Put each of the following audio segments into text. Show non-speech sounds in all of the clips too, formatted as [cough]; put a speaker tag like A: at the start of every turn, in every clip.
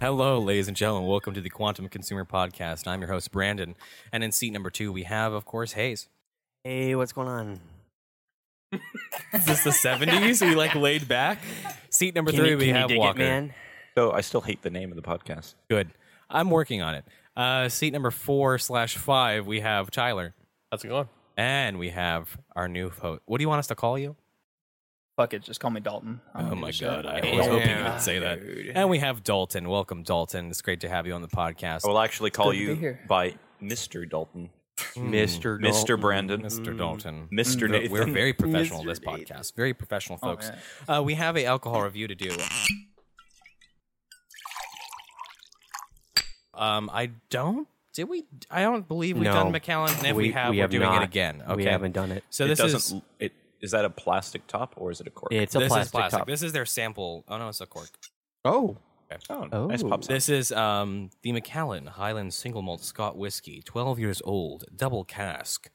A: Hello, ladies and gentlemen. Welcome to the Quantum Consumer Podcast. I'm your host, Brandon. And in seat number two, we have, of course, Hayes.
B: Hey, what's going on?
A: Is this the 70s? We like laid back. Seat number
B: Can
A: three,
B: you-
A: we
B: can you
A: have
B: dig it,
A: Walker.
B: man?
C: So I still hate the name of the podcast.
A: Good. I'm working on it. Uh, seat number four slash five, we have Tyler.
D: How's it going?
A: And we have our new host. What do you want us to call you?
E: Fuck it, just call me Dalton. I don't
A: Oh
E: give a
A: my
E: shit.
A: god! I
E: Yeah.
A: was hoping you
B: Yeah.
A: would say that. And we have Dalton. Welcome, Dalton. It's great to have you on the podcast,
C: I will actually call
E: Good to be
C: you
E: here.
C: by Mr. Dalton, Hmm.
B: Mr.
C: Mr.
B: Dalton.
C: Brandon,
A: Mr. Dalton.
C: Mr. Nathan.
A: We're very professional in this
B: Mr. Nathan.
A: podcast. Very professional,
E: Oh,
A: folks.
E: man.
A: Uh, we have a alcohol review to do. Um, I don't. Did we? I don't believe we've
B: No.
A: done McAllen, and if we, have, we are doing
B: not.
A: it again. Okay,
B: We haven't done it.
A: So
C: it
A: this
C: doesn't.
A: is
C: it is that a plastic top or is it a cork?
B: It's a
A: this
B: plastic,
A: is plastic.
B: top.
A: This is their sample. Oh no, it's a cork.
B: Oh,
C: oh,
B: Oh.
C: nice pop sound.
A: This is um, the Macallan Highland Single Malt Scott Whiskey, 12 years old, double cask.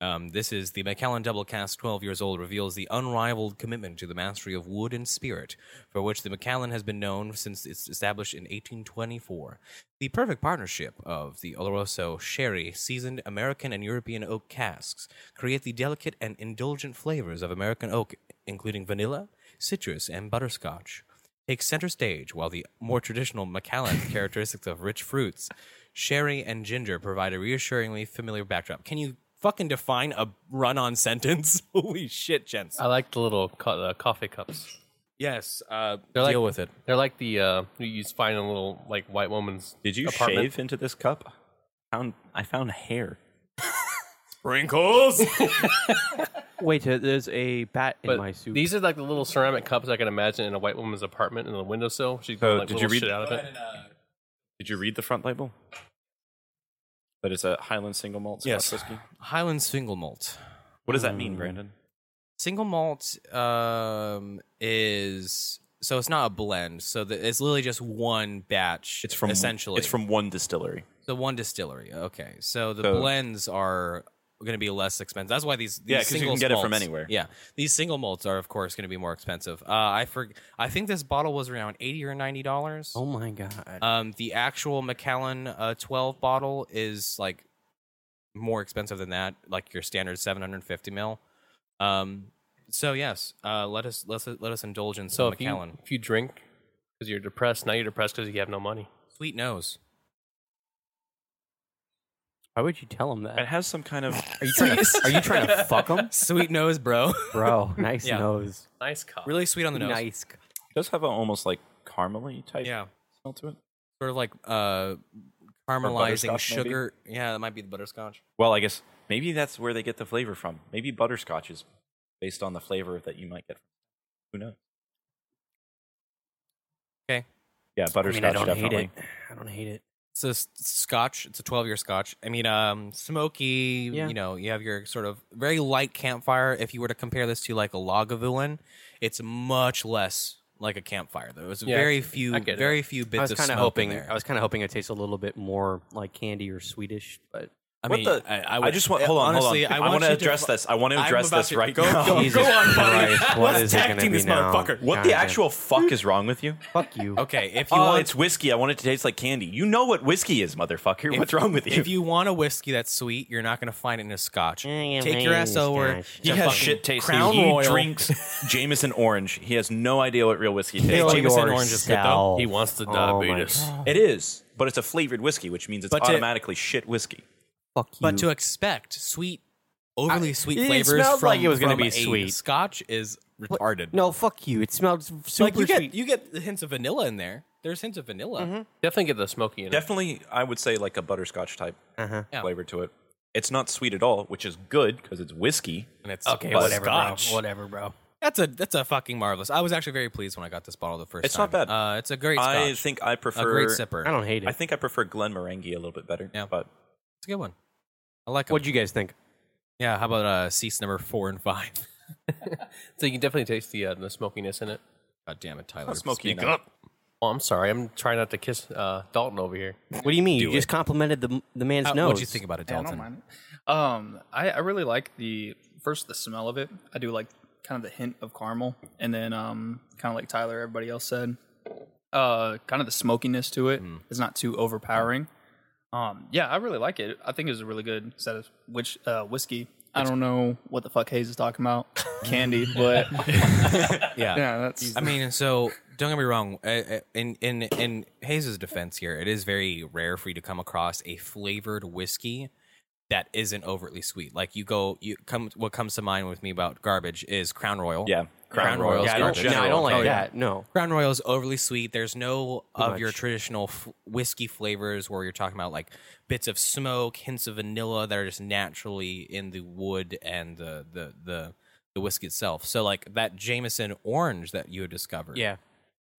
A: Um, this is the Macallan Double Cask, 12 years old, reveals the unrivaled commitment to the mastery of wood and spirit, for which the Macallan has been known since its established in 1824. The perfect partnership of the Oloroso, sherry, seasoned American and European oak casks create the delicate and indulgent flavors of American oak, including vanilla, citrus, and butterscotch takes center stage while the more traditional [laughs] Macallan characteristics of rich fruits, sherry, and ginger provide a reassuringly familiar backdrop. Can you fucking define a run on sentence? [laughs] Holy shit, gents.
D: I like the little co- uh, coffee cups.
A: Uh, yes, uh,
D: They're like-
A: deal with it.
D: They're like the uh, you use find in a little like white woman's.
C: Did you
D: apartment.
C: shave into this cup? Found I found hair.
A: Sprinkles!
B: wait. uh, There's a bat in
D: But
B: my suit.
D: these are like the little ceramic cups I can imagine in a white woman's apartment in the windowsill. She
C: So
D: can like
C: did you
D: little
C: read-
D: shit out of it.
C: Did you read the front label? That it's a Highland single malt Scotch
A: Yes.
C: whiskey.
A: Highland single malt.
C: What does that mean, Brandon?
A: Single malt um, is. So it's not a blend. So the, it's literally just one batch.
C: It's from
A: essentially
C: It's from one distillery.
A: the one distillery. Okay, so the
C: So-
A: blends are going to be less expensive. That's why these, these
C: Yeah, 'cause you
A: single
C: can get it from
A: malts-
C: anywhere.
A: Yeah, these single malts are of course going to be more expensive. Uh, I for, I think this bottle was around eighty or ninety dollars.
B: oh my god.
A: Um, the actual Macallan uh, twelve bottle is like more expensive than that, like your standard seven hundred fifty mil. Um, so yes, uh, let us let us let us indulge in
D: So
A: some
D: if you,
A: Macallan.
D: if you drink because you're depressed, now you're depressed because you have no money.
A: Sweet nose.
B: Why would you tell him
C: It
B: that?
C: has some kind of.
B: Are you trying to? Are you
A: [laughs]
B: trying to fuck him,
A: Sweet nose, bro. [laughs]
B: bro? Nice
A: Yeah.
B: nose.
D: Nice cup.
A: really sweet on the nose.
B: Nice.
C: It [laughs] does have a almost like caramely type
A: Yeah.
C: smell to it.
A: sort of like uh caramelizing
C: butterscotch,
A: sugar. Yeah, that might be the butterscotch.
C: Well, I guess maybe that's where they get the flavor from. Maybe butterscotch is based on the flavor that you might get. Who knows?
A: Okay.
C: Yeah,
B: I
C: butterscotch
B: mean, I don't
C: definitely.
B: hate it. I don't hate it.
A: It's a s- scotch. It's a 12 year scotch. I mean, um, smoky,
B: Yeah.
A: you know, you have your sort of very light campfire. If you were to compare this to like a Lagavulin, it's much less like a campfire, though. It's
D: Yeah,
A: very
D: I
A: few,
D: get it.
A: very few bits
B: I was
A: of
B: kind of
A: smoke
B: hoping.
A: in there.
B: I was kind of hoping it tastes a little bit more like candy or Swedish, but
A: I
C: What
A: mean,
C: the?
A: I,
C: I,
A: would-
C: just want. Hold on,
A: honestly,
C: hold on.
A: I
C: I
A: want
C: want,
A: you
C: to
A: to
C: address
A: def-
C: this. I want to
A: I'm
C: address
A: about
C: this
A: to-
C: right
A: go-
C: now.
A: go-
B: Jesus
A: on, buddy.
B: Christ, what
A: Let's
B: is it
A: tag
B: gonna
A: team
B: be
A: this
B: now?
A: motherfucker.
C: What the
B: Goddamn.
C: actual fuck is wrong with you?
B: fuck you.
A: okay, if you
C: Oh,
A: want,
C: it's whiskey. I want it to taste like candy. You know what whiskey is, motherfucker. What's wrong with you?
A: if you want a whiskey that's sweet, you're not going to find it in a scotch.
B: Mm,
A: Take your ass
B: mm,
A: over.
B: scotch.
A: to
C: he has
A: fucking
C: shit tasting.
A: Crown
C: he
A: Royal.
C: drinks Jameson Orange. He has no idea what real whiskey tastes
A: Jameson
C: like.
A: orange is good, though.
D: He wants the
B: Oh my
D: diabetes.
B: God.
C: It is, but it's a flavored whiskey, which means it's
A: But to-
C: automatically shit whiskey.
B: Fuck you.
A: But to expect sweet, overly sweet
B: it
A: flavors
B: smelled
A: from,
B: like it was gonna
A: from
B: be
A: a
B: sweet.
A: Scotch is retarded.
B: no, fuck you. It smells super
A: like you
B: sweet. Mm-hmm.
A: get you get the hints of vanilla in there. There's hints of vanilla.
D: Definitely get the smoky in it.
C: Definitely, I would say like a butterscotch type
A: Yeah.
C: flavor to it. It's not sweet at all, which is good because it's whiskey.
A: And it's
B: okay,
C: But
B: whatever,
A: Scotch.
B: bro. Whatever, bro.
A: That's a that's a fucking marvelous. I was actually very pleased when I got this bottle the first
C: It's
A: time.
C: not bad.
A: Uh, it's a great scotch.
C: I think I
A: a
C: prefer.
A: great sipper.
B: I don't hate it.
C: I think I prefer Glenmorangie a little bit better.
A: Yeah.
C: but
A: It's a good one. I like it.
B: What'd you guys think?
A: Yeah. How about uh, cease number four and five? [laughs]
D: So you can definitely taste the uh, the smokiness in it.
A: God damn it, Tyler.
C: smoky
A: Speak
C: enough.
A: up.
D: Oh, I'm sorry. I'm trying not to kiss uh, Dalton over here.
B: What do you mean? you just complimented the the man's
A: How-
B: nose.
A: What'd you think about it,
E: Yeah, I
A: Dalton?
E: don't mind it. Um, I, I really like the first the smell of it. I do like kind of the hint of caramel, and then um, kind of like Tyler, everybody else said, uh, kind of the smokiness to it.
A: Mm.
E: It's not too overpowering. Um, yeah, I really like it. I think it was a really good set of which uh, whiskey. I don't know what the fuck Hayes is
A: [laughs]
E: talking about, candy, but yeah, that's
A: I mean, so don't get me wrong. uh, uh, In in in Hayes's defense here, it is very rare for you to come across a flavored whiskey that isn't overtly sweet. Like you go, you come. What comes to mind with me about garbage is Crown Royal.
C: Yeah,
A: Crown Royals.
B: Yeah, I
A: garbage.
B: don't, no, I don't like
A: Oh, yeah.
B: that. No.
A: Crown Royal is overly sweet. There's no of your
B: much.
A: traditional f- whiskey flavors where you're talking about like bits of smoke, hints of vanilla that are just naturally in the wood and the the the, the whiskey itself. So like that Jameson orange that you had discovered,
B: Yeah.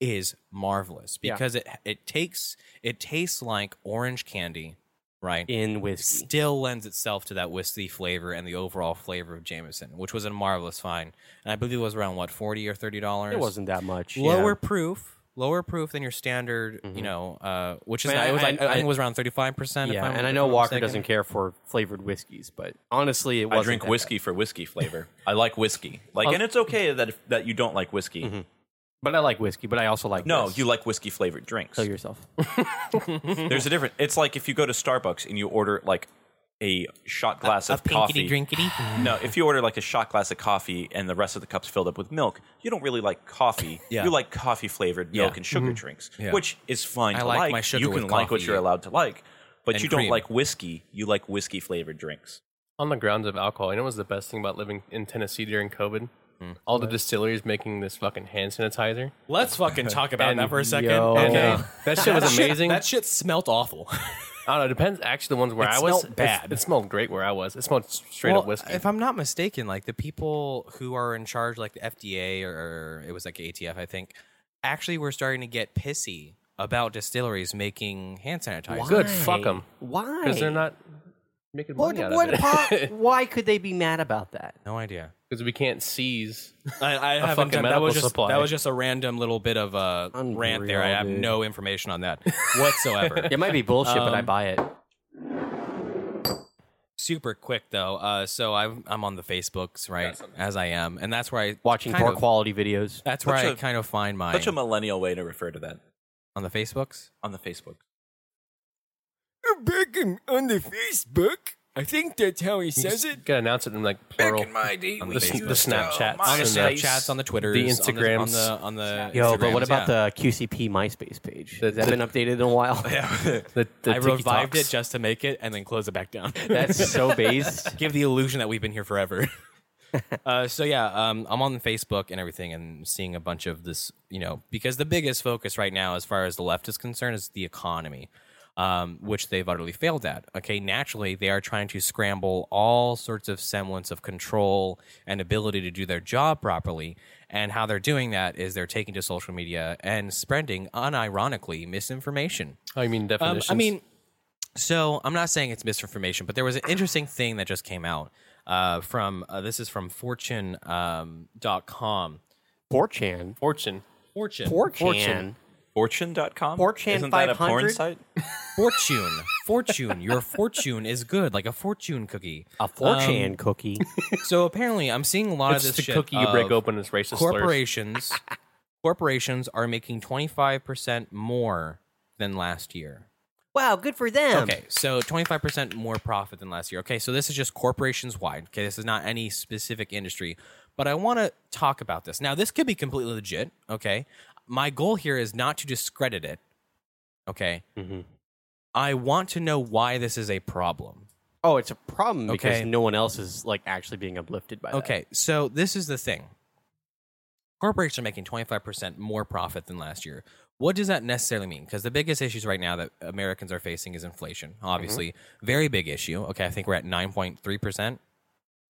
A: is marvelous
B: Yeah.
A: because it it takes it tastes like orange candy, right?
B: In whiskey.
A: still lends itself to that whiskey flavor and the overall flavor of Jameson, which was a marvelous find. And I believe it was around what forty or thirty dollars.
B: It wasn't that much.
A: lower proof, lower proof than your standard, you know, uh, which is
B: Man,
A: not, it was
B: I-
A: like I, think it was around thirty five percent.
B: Yeah. yeah. And I know Walker doesn't care for flavored whiskeys, but honestly, it wasn't.
C: I drink
B: that
C: whiskey for whiskey flavor.
A: [laughs]
C: I like whiskey. Like, and it's okay that if, that you don't like whiskey.
B: bad. But I like whiskey, but I also like
C: No,
B: this.
C: you like whiskey flavored drinks.
B: Kill yourself.
C: There's a difference. It's like if you go to Starbucks and you order like a shot glass
A: of
C: of coffee.
A: pinkity
C: [laughs]
A: drinkity.
C: No, if you order like a shot glass of coffee and the rest of the cup's filled up with milk, you don't really like coffee.
A: [laughs] Yeah.
C: You like coffee flavored milk
A: Yeah.
C: and sugar drinks,
A: Yeah.
C: which is fine
A: I
C: to
A: like
C: like.
A: my sugar
C: you
A: with
C: can like what
A: coffee
C: you're allowed to like, but
A: and
C: you don't
A: cream.
C: like whiskey. You like whiskey flavored drinks.
D: On the grounds of alcohol, you know what was the best thing about living in Tennessee during COVID?
B: Hmm.
D: All the distilleries making this fucking hand sanitizer.
A: Let's fucking talk about
D: And uh,
A: that for a second.
B: yo.
A: Okay.
D: [laughs]
B: Yeah.
D: That shit was amazing.
A: That shit smelt awful.
D: I don't know. It depends. Actually, the ones where
A: It
D: I was,
A: smelled
D: it's-
A: bad.
D: It, smelled great where I was. It smelled straight up
A: Well,
D: whiskey.
A: If I'm not mistaken, like the people who are in charge, like the FDA or it was like ATF, I think, actually were starting to get pissy about distilleries making hand sanitizer.
D: Good, fuck them,
B: Why?
D: because they're not making
B: What,
D: money out
B: what
D: [laughs]
B: [laughs]
D: of
B: po-
D: it.
B: why could they be mad about that?
A: No idea.
D: Because we can't seize.
A: I, I
D: fucking
A: haven't done that.
D: medical
A: Was just
D: supply.
A: that was just a random little bit of a rant there. I have
B: Unreal, dude.
A: no information on that whatsoever.
B: [laughs] It might be bullshit, but I buy it.
A: Super quick though. Uh, so I'm I'm on the Facebooks right as I am, and that's where I
B: Watching
A: kind
B: poor
A: of-
B: quality videos.
A: That's where
C: Such
A: I
C: a-
A: kind of find my
C: Such a millennial way to refer to that
A: on the Facebooks.
C: on the Facebook.
A: back in- on the Facebook. I think that's how he says it.
D: Gotta announce it in like plural.
A: On
D: The, s- the Snapchats,
A: on the
D: and the-
A: Snapchats, on the Twitters,
D: The
A: on
D: Instagrams.
A: the on the, on the
B: Yo, but what
A: Instagrams,
B: about
A: yeah.
B: the QCP MySpace page? Has
D: The-
B: that been updated in a [laughs] while?
D: the, the
A: I revived
D: TikToks.
A: it just to make it and then close it back down. [laughs]
B: That's so based.
A: Give the illusion that we've been here forever. [laughs] uh, so yeah, um, I'm on Facebook and everything, and seeing a bunch of this, you know, because the biggest focus right now, as far as the left is concerned, is the economy, um, which they've utterly failed at. Okay, naturally, they are trying to scramble all sorts of semblance of control and ability to do their job properly. And how they're doing that is they're taking to social media and spreading unironically misinformation.
D: Oh, you mean
A: Um,
D: definitions?
A: I mean, so I'm not saying it's misinformation, but there was an interesting thing that just came out uh, from uh, this is from fortune.com. Um, dot com.
B: 4chan.
D: fortune.
A: fortune.
B: 4chan.
C: Fortune.com?
B: 4chan
C: Isn't that a porn
B: 500?
C: site?
A: Fortune. Fortune.
D: [laughs]
A: Your fortune is good, like a fortune cookie. Um,
B: A 4chan cookie.
A: So apparently, I'm seeing a lot
D: It's
A: of this
D: the
A: shit
D: cookie you break
A: of
D: open is racist slurs.
A: Corporations, corporations are making 25% more than last year.
B: [laughs] wow, good for them.
A: Okay, so 25% more profit than last year. Okay, so this is just corporations wide. Okay, this is not any specific industry, but I want to talk about this. Now, this could be completely legit. Okay, my goal here is not to discredit it. Okay,
B: Mm-hmm.
A: I want to know why this is a problem.
B: Oh, it's a problem because
A: Okay.
B: no one else is like actually being uplifted by that.
A: Okay, so this is the thing. Corporations are making 25% more profit than last year. What does that necessarily mean? Because the biggest issues right now that Americans are facing is inflation, obviously.
B: Mm-hmm.
A: Very big issue. Okay, I think we're at 9.3%.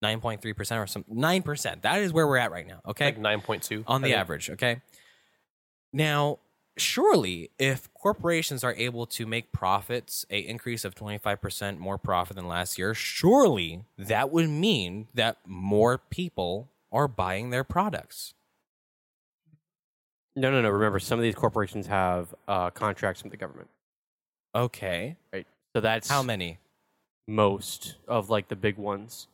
A: 9.3% or some 9%. That is where we're at right now. Okay
D: Like nine point two
A: on the average. Okay. Now, surely, if corporations are able to make profits, a increase of twenty five percent more profit than last year, surely that would mean that more people are buying their products.
B: No, no, no. Remember, some of these corporations have uh, contracts with the government,
A: Okay.
B: right? So that's
A: How many?
B: most of like the big ones.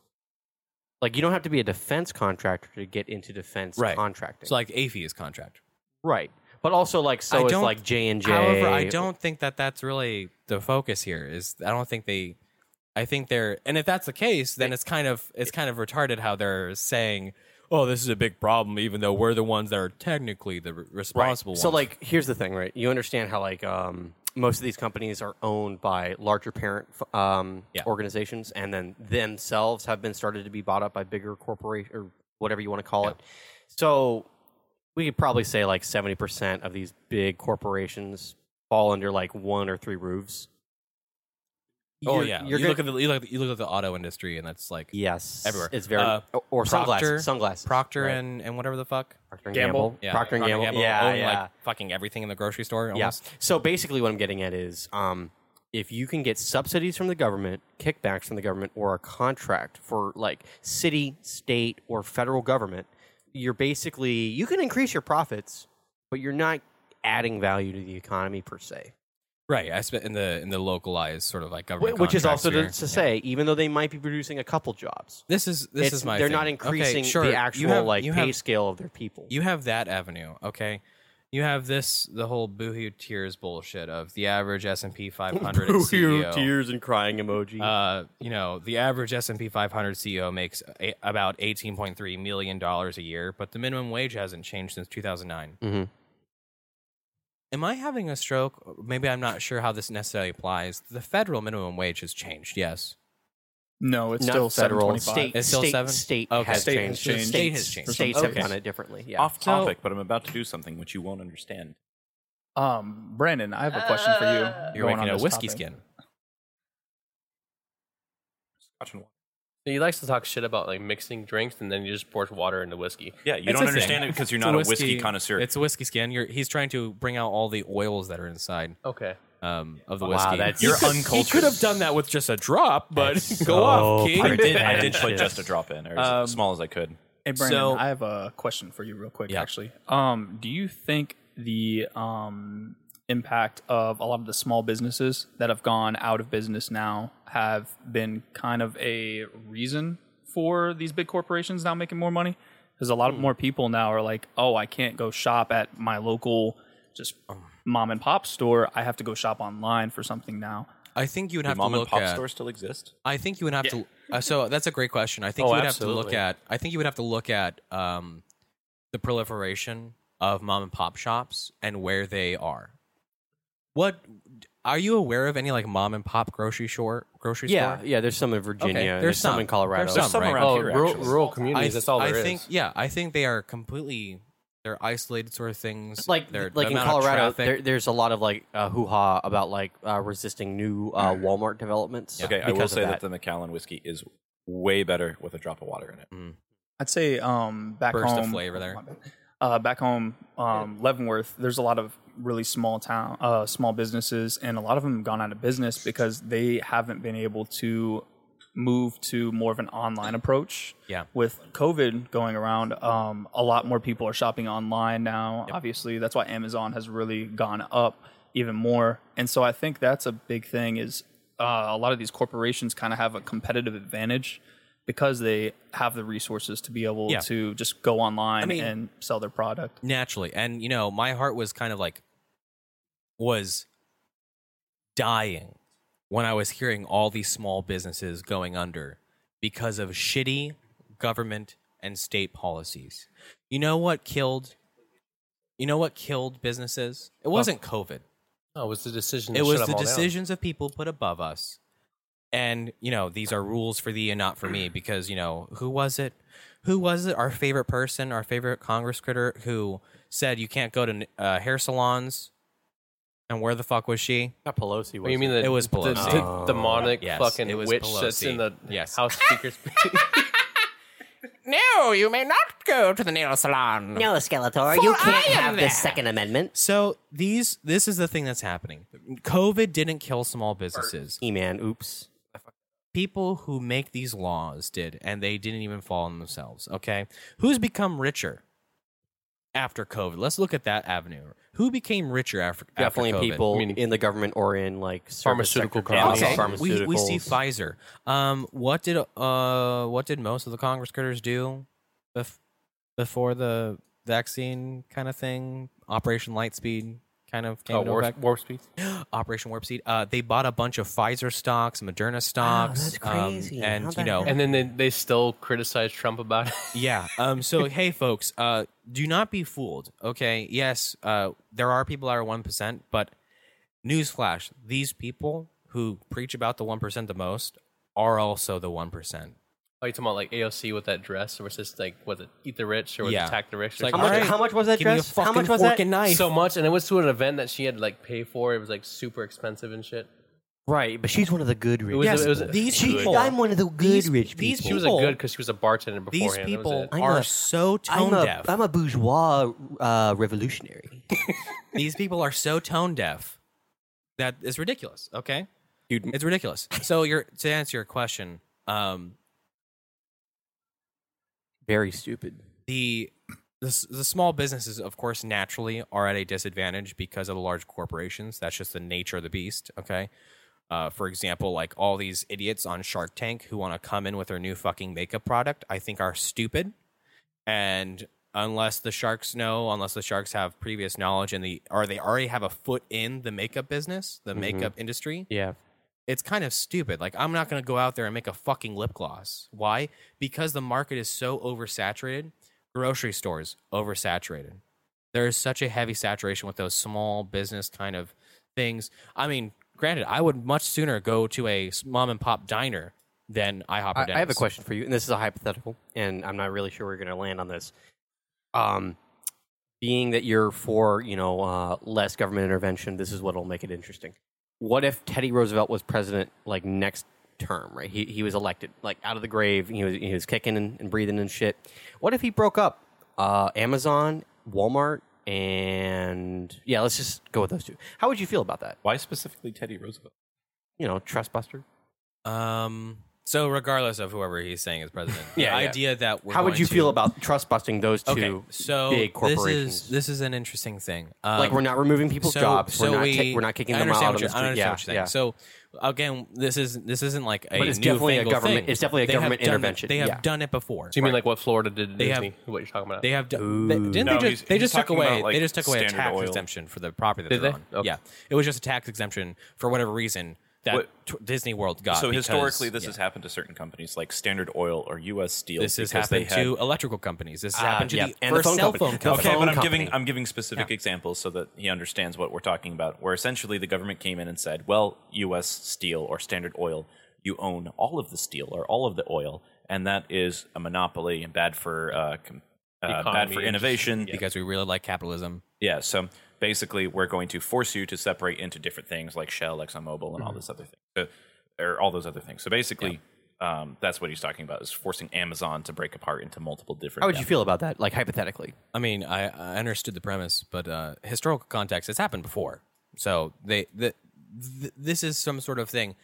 B: Like you don't have to be a defense contractor to get into defense
A: Right.
B: contracting.
A: So, like AFE is contract.
B: right. But also, like,
A: I
B: so is
A: don't-
B: like J and J.
A: However, I don't think that that's really the focus here. Is I don't think they, I think they're, and if that's the case, then it's kind of it's kind of retarded how they're saying, oh, this is a big problem, even though we're the ones that are technically the re- responsible.
B: So,
A: ones.
B: like, here's the thing, right? You understand how like um, most of these companies are owned by larger parent f- um,
A: Yeah.
B: organizations, and then themselves have been started to be bought up by bigger corporation or whatever you want to call it. So, we could probably say like seventy percent of these big corporations fall under like one or three roofs.
A: oh
B: You're-
A: yeah,
B: you're
A: you
B: gonna-
A: look at the you look, at the- you look at the auto industry, and that's like
B: yes,
A: everywhere.
B: It's very
A: Uh,
B: or, or
A: Procter-
B: sunglasses, sunglasses,
A: Procter
B: right.
A: and and whatever the fuck.
B: Procter and
E: Gamble.
B: Gamble, Procter and Gamble, yeah,
A: own,
B: yeah.
A: like fucking everything in the grocery store.
B: Yeah.
A: Almost.
B: So basically, what I'm getting at is, um, if you can get subsidies from the government, kickbacks from the government, or a contract for like city, state, or federal government, you're basically you can increase your profits, but you're not adding value to the economy per se.
A: Right. I spent in the in the localized sort of like government,
B: Wh- Which is
A: contracts
B: also to,
A: here.
B: to say, even though they might be producing a couple jobs,
A: This is this
B: it's-
A: is my.
B: they're
A: thing.
B: not increasing
A: okay, sure,
B: the
A: you
B: actual
A: have-
B: like
A: you
B: pay
A: have
B: scale of their people.
A: you have that avenue okay you have this the whole boohoo tears bullshit of the average s&p [laughs] 500
B: E
A: CEO.
B: tears and crying emoji.
A: E Uh, you know the average s&p 500 ceo E makes a, about 18.3 million dollars a year but the minimum wage hasn't changed since 2009
B: Mhm.
A: am i having a stroke maybe i'm not sure how this necessarily applies the federal minimum wage has changed yes
E: No, it's
B: Not
E: still
B: federal,
E: 725.
B: state,
A: It's still
B: state,
A: seven?
B: state
A: Okay.
B: has
E: State
B: changed.
E: has
B: States,
E: changed.
A: State has changed.
B: States have
A: Okay.
B: done it differently. Yeah.
C: Off
A: So-
C: topic, but I'm about to do something which you won't understand.
E: Um, Brandon, I have a question for you.
A: you're
E: going on
A: making a
E: this
A: whiskey
E: topic.
A: skin
C: Scotch and water.
D: He likes to talk shit about like mixing drinks and then you just pour water into whiskey.
C: Yeah,
A: It's
C: you don't
A: a thing.
C: understand it because you're
A: It's
C: not a whiskey, connoisseur.
A: it's a whiskey skin you're, he's trying to bring out all the oils that are inside
D: Okay.
A: um, of the
B: Wow,
A: whiskey.
B: that's-
C: You're
A: He could-
C: uncultured.
A: He could have done that with just a drop, but [laughs] go off, King.
C: I did. I did
B: pretentious.
C: put just a drop in, or as
A: Um,
C: small as I could.
E: Hey Brandon,
A: So-
E: I have a question for you, real quick.
A: Yeah.
E: Actually, um, do you think the um, impact of a lot of the small businesses that have gone out of business now have been kind of a reason for these big corporations now making more money? Because a lot
A: Hmm.
E: of more people now are like, "Oh, I can't go shop at my local just
A: Oh.
E: mom and pop store. I have to go shop online for something now."
A: I think you would
C: Do
A: have to
C: mom and
A: look
C: pop
A: at.
C: stores still exist?
A: I think you would have to. Uh, so that's a great question. I think
D: Oh,
A: you would have to look
D: absolutely.
A: at. I think you would have to look at um, the proliferation of mom and pop shops and where they are. What are you aware of any like mom and pop grocery store grocery
B: Yeah,
A: store?
B: yeah. There's some in Virginia.
A: there's
B: there's, some.
A: some.
B: in Colorado.
A: There's some
C: Some
A: Right.
C: around
D: Oh,
C: here,
D: rural,
C: actually.
D: rural communities. that's all
A: I
D: there is.
A: think yeah, I think they are completely they're isolated sort of things.
B: like
A: They're-
B: like
A: the
B: in
A: amount of
B: Colorado,
A: traffic-
B: there, there's a lot of like uh, hoo ha about like uh, resisting new uh, Walmart developments.
C: Okay, I
B: because
C: will
B: of
C: say that.
B: that.
C: the Macallan whiskey is way better with a drop of water in it.
E: I'd say um, back
A: Burst of
E: home
A: flavor there.
E: Uh, back home, um, Leavenworth. There's a lot of really small town, uh, small businesses, and a lot of them have gone out of business because they haven't been able to move to more of an online approach.
A: Yeah.
E: With COVID going around, um, a lot more people are shopping online now. Obviously, that's why Amazon has really gone up even more. And so I think that's a big thing. Is uh, a lot of these corporations kind of have a competitive advantage because they have the resources to be able
A: Yeah.
E: to just go online
A: mean-
E: and sell their product.
A: naturally and you know my heart was kind of like was dying when i was hearing all these small businesses going under because of shitty government and state policies you know what killed you know what killed businesses it wasn't covid
D: Oh, it was the decision. to
A: it was
D: shut
A: the
D: 'em all down.
A: decisions of people put above us and you know these are rules for thee and not for
D: [clears throat]
A: me because you know who was it who was it our favorite person our favorite congress critter who said you can't go to uh, hair salons and where the fuck was she
B: Not Pelosi.
D: Well,
B: Was
D: you mean
B: it?
D: the,
A: It was
D: the,
A: Pelosi.
D: the demonic
A: yes,
D: fucking
A: it was
D: witch that's
A: Pelosi.
D: in the
A: Yes.
D: House [laughs] Speaker's?
A: no you may not go to the nail salon
F: No, Skeletor,
A: For
F: you
A: I
F: can't
A: am
F: have
A: there.
F: the Second Amendment.
A: so these this is the thing that's happening covid didn't kill small businesses
B: E-man? Oops.
A: people who make these laws did, and they didn't even fall on themselves. Okay, who's become richer after COVID? Let's look at that avenue. Who became richer after
B: Definitely
A: after COVID?
B: people
D: Meaning-
B: in the government or in like service
D: Pharmaceutical
B: sector
D: companies.
A: Okay,
B: companies,
A: we, we see
B: pharmaceuticals.
A: Pfizer. Um, what did uh, what did most of the Congress critters do bef- before the vaccine kind of thing, Operation Lightspeed kind of came
D: Oh,
A: into
D: warp,
A: effect.
D: warp speed.
A: Operation Warp Speed. Uh, they bought a bunch of Pfizer stocks, Moderna stocks, um, and you know,
D: And then they, they still criticize Trump about it. [laughs]
A: yeah. Um, so hey, folks, uh, do not be fooled. Okay, yes, uh, there are people that are one percent, but newsflash: these people who preach about the one percent the most are also the one percent.
D: Are you talking about like AOC with that dress versus like was it eat the rich or was
A: Yeah.
D: it attack the rich?
A: It's like,
D: or
B: How
A: all
B: much,
D: something?
A: right,
B: how much was that
A: Give me a
B: dress? How
A: fucking
B: much was
A: fork
B: that?
A: and knife.
D: so much, and it was to an event that she had to like pay for. It was like super expensive and shit.
B: Right, but she's one of the good rich.
D: was- it was-
A: these
D: She-
A: people.
B: I'm one of the good
A: These-
B: rich
A: these
B: people.
D: She was a
A: People-
D: good because she was a bartender beforehand.
A: These
D: That was
A: people
D: it.
B: I'm
A: are
B: a-
A: so
B: I'm
A: tone
B: a,
A: deaf.
B: I'm a bourgeois uh, revolutionary.
A: These people are so tone deaf that it's ridiculous. Okay,
B: Dude.
A: it's ridiculous. So you're to answer your question. Um,
B: Very stupid.
A: the the, s- the small businesses, of course, naturally are at a disadvantage because of the large corporations. That's just the nature of the beast. Okay. Uh, for example, like all these idiots on Shark Tank who want to come in with their new fucking makeup product, I think are stupid. And unless the sharks know, unless the sharks have previous knowledge and the or they already have a foot in the makeup business, the makeup industry,
B: Yeah.
A: it's kind of stupid. Like I'm not going to go out there and make a fucking lip gloss. Why? Because the market is so oversaturated. Grocery stores oversaturated. There is such a heavy saturation with those small business kind of things. I mean, granted, I would much sooner go to a s- mom and pop diner than IHOP or
B: I, I have a
A: Denny's.
B: question for you, and this is a hypothetical, and I'm not really sure where you're going to land on this. Um, being that you're for, you know, uh, less government intervention, this is what'll make it interesting. What if Teddy Roosevelt was president like next term, right? He he was elected, like out of the grave, he was he was kicking and, and breathing and shit. What if he broke up uh, Amazon, Walmart, and yeah, let's just go with those two. How would you feel about that?
C: Why specifically Teddy Roosevelt?
B: You know, trust buster.
A: Um, so regardless of whoever he's saying is
B: [laughs]
A: president, the
B: Yeah, yeah.
A: idea that we're
B: How would
A: going
B: you
A: to-
B: feel about trust busting those two
A: okay, so
B: big corporations?
A: This is, this is an interesting thing. Um,
B: like we're not removing people's
A: so,
B: jobs.
A: So
B: we're not
A: we,
B: ta- we're not kicking
A: I
B: them out
A: understand
B: on
A: what
B: the
A: you're- I understand
B: street. yeah,
A: what you're saying.
B: yeah.
A: So again, this is this isn't like a
B: But it's definitely a
A: newfangled
B: government-
A: thing.
B: it's definitely a
A: They have
B: government
A: done it-
B: intervention.
A: they have
B: Yeah.
A: done it before.
D: Do you mean like what Florida did to
A: They have-
D: Disney? what you're talking about?
A: They have done. They, didn't
C: No,
A: they
C: he's-
A: just? They
C: he's
A: just took
C: talking
A: away.
C: about, like,
A: they just took away a
C: Standard
A: tax
C: Oil.
A: exemption for the property that
D: Did
A: they're
D: they?
A: on.
D: Okay.
A: Yeah, it was just a tax exemption for whatever reason that
C: What-
A: t- Disney World got.
C: so
A: because-
C: historically, this
A: yeah.
C: has happened to certain companies like Standard Oil or U.S. Steel.
A: This has
C: because they
A: happened
C: had-
A: to electrical companies. This has
B: Ah,
A: happened to
B: yeah.
A: the
B: And the
A: first
B: phone
A: cell
B: company.
A: phone
B: The
A: company.
C: Okay, but I'm
B: company.
C: giving I'm giving specific examples so that he understands what we're talking about. Where essentially the government came in and said, "Well, U.S. Steel or Standard Oil, you own all of the steel or all of the oil, and that is a monopoly and bad for uh, com- uh, bad
D: Economy
C: for
D: and-
C: innovation."
A: Because we really like capitalism.
C: Yeah, so basically, we're going to force you to separate into different things like Shell, ExxonMobil, and all
B: Mm-hmm.
C: this other thing, so, or all those other things. So basically, um, that's what he's talking about: is forcing Amazon to break apart into multiple different.
B: how would you feel about that? Like hypothetically,
A: I mean, I, I understood the premise, but uh, historical context, it's happened before. So they the, th- this is some sort of thing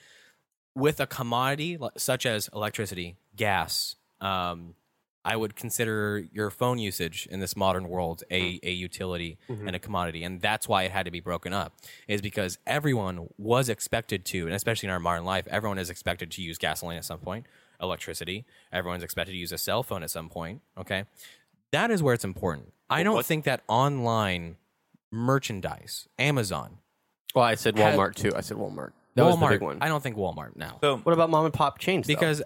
A: with a commodity li- such as electricity, gas. Um, I would consider your phone usage in this modern world a, a utility and a commodity, and that's why it had to be broken up. Is because everyone was expected to, and especially in our modern life, everyone is expected to use gasoline at some point, electricity. Everyone's expected to use a cell phone at some point. Okay, that is where it's important. I don't think that online merchandise, Amazon,
B: well, I said
A: Had-
B: Walmart too. I said Walmart. That
A: Walmart.
B: was the big one.
A: I don't think Walmart now
C: So,
B: what about mom and pop chains? though?
A: because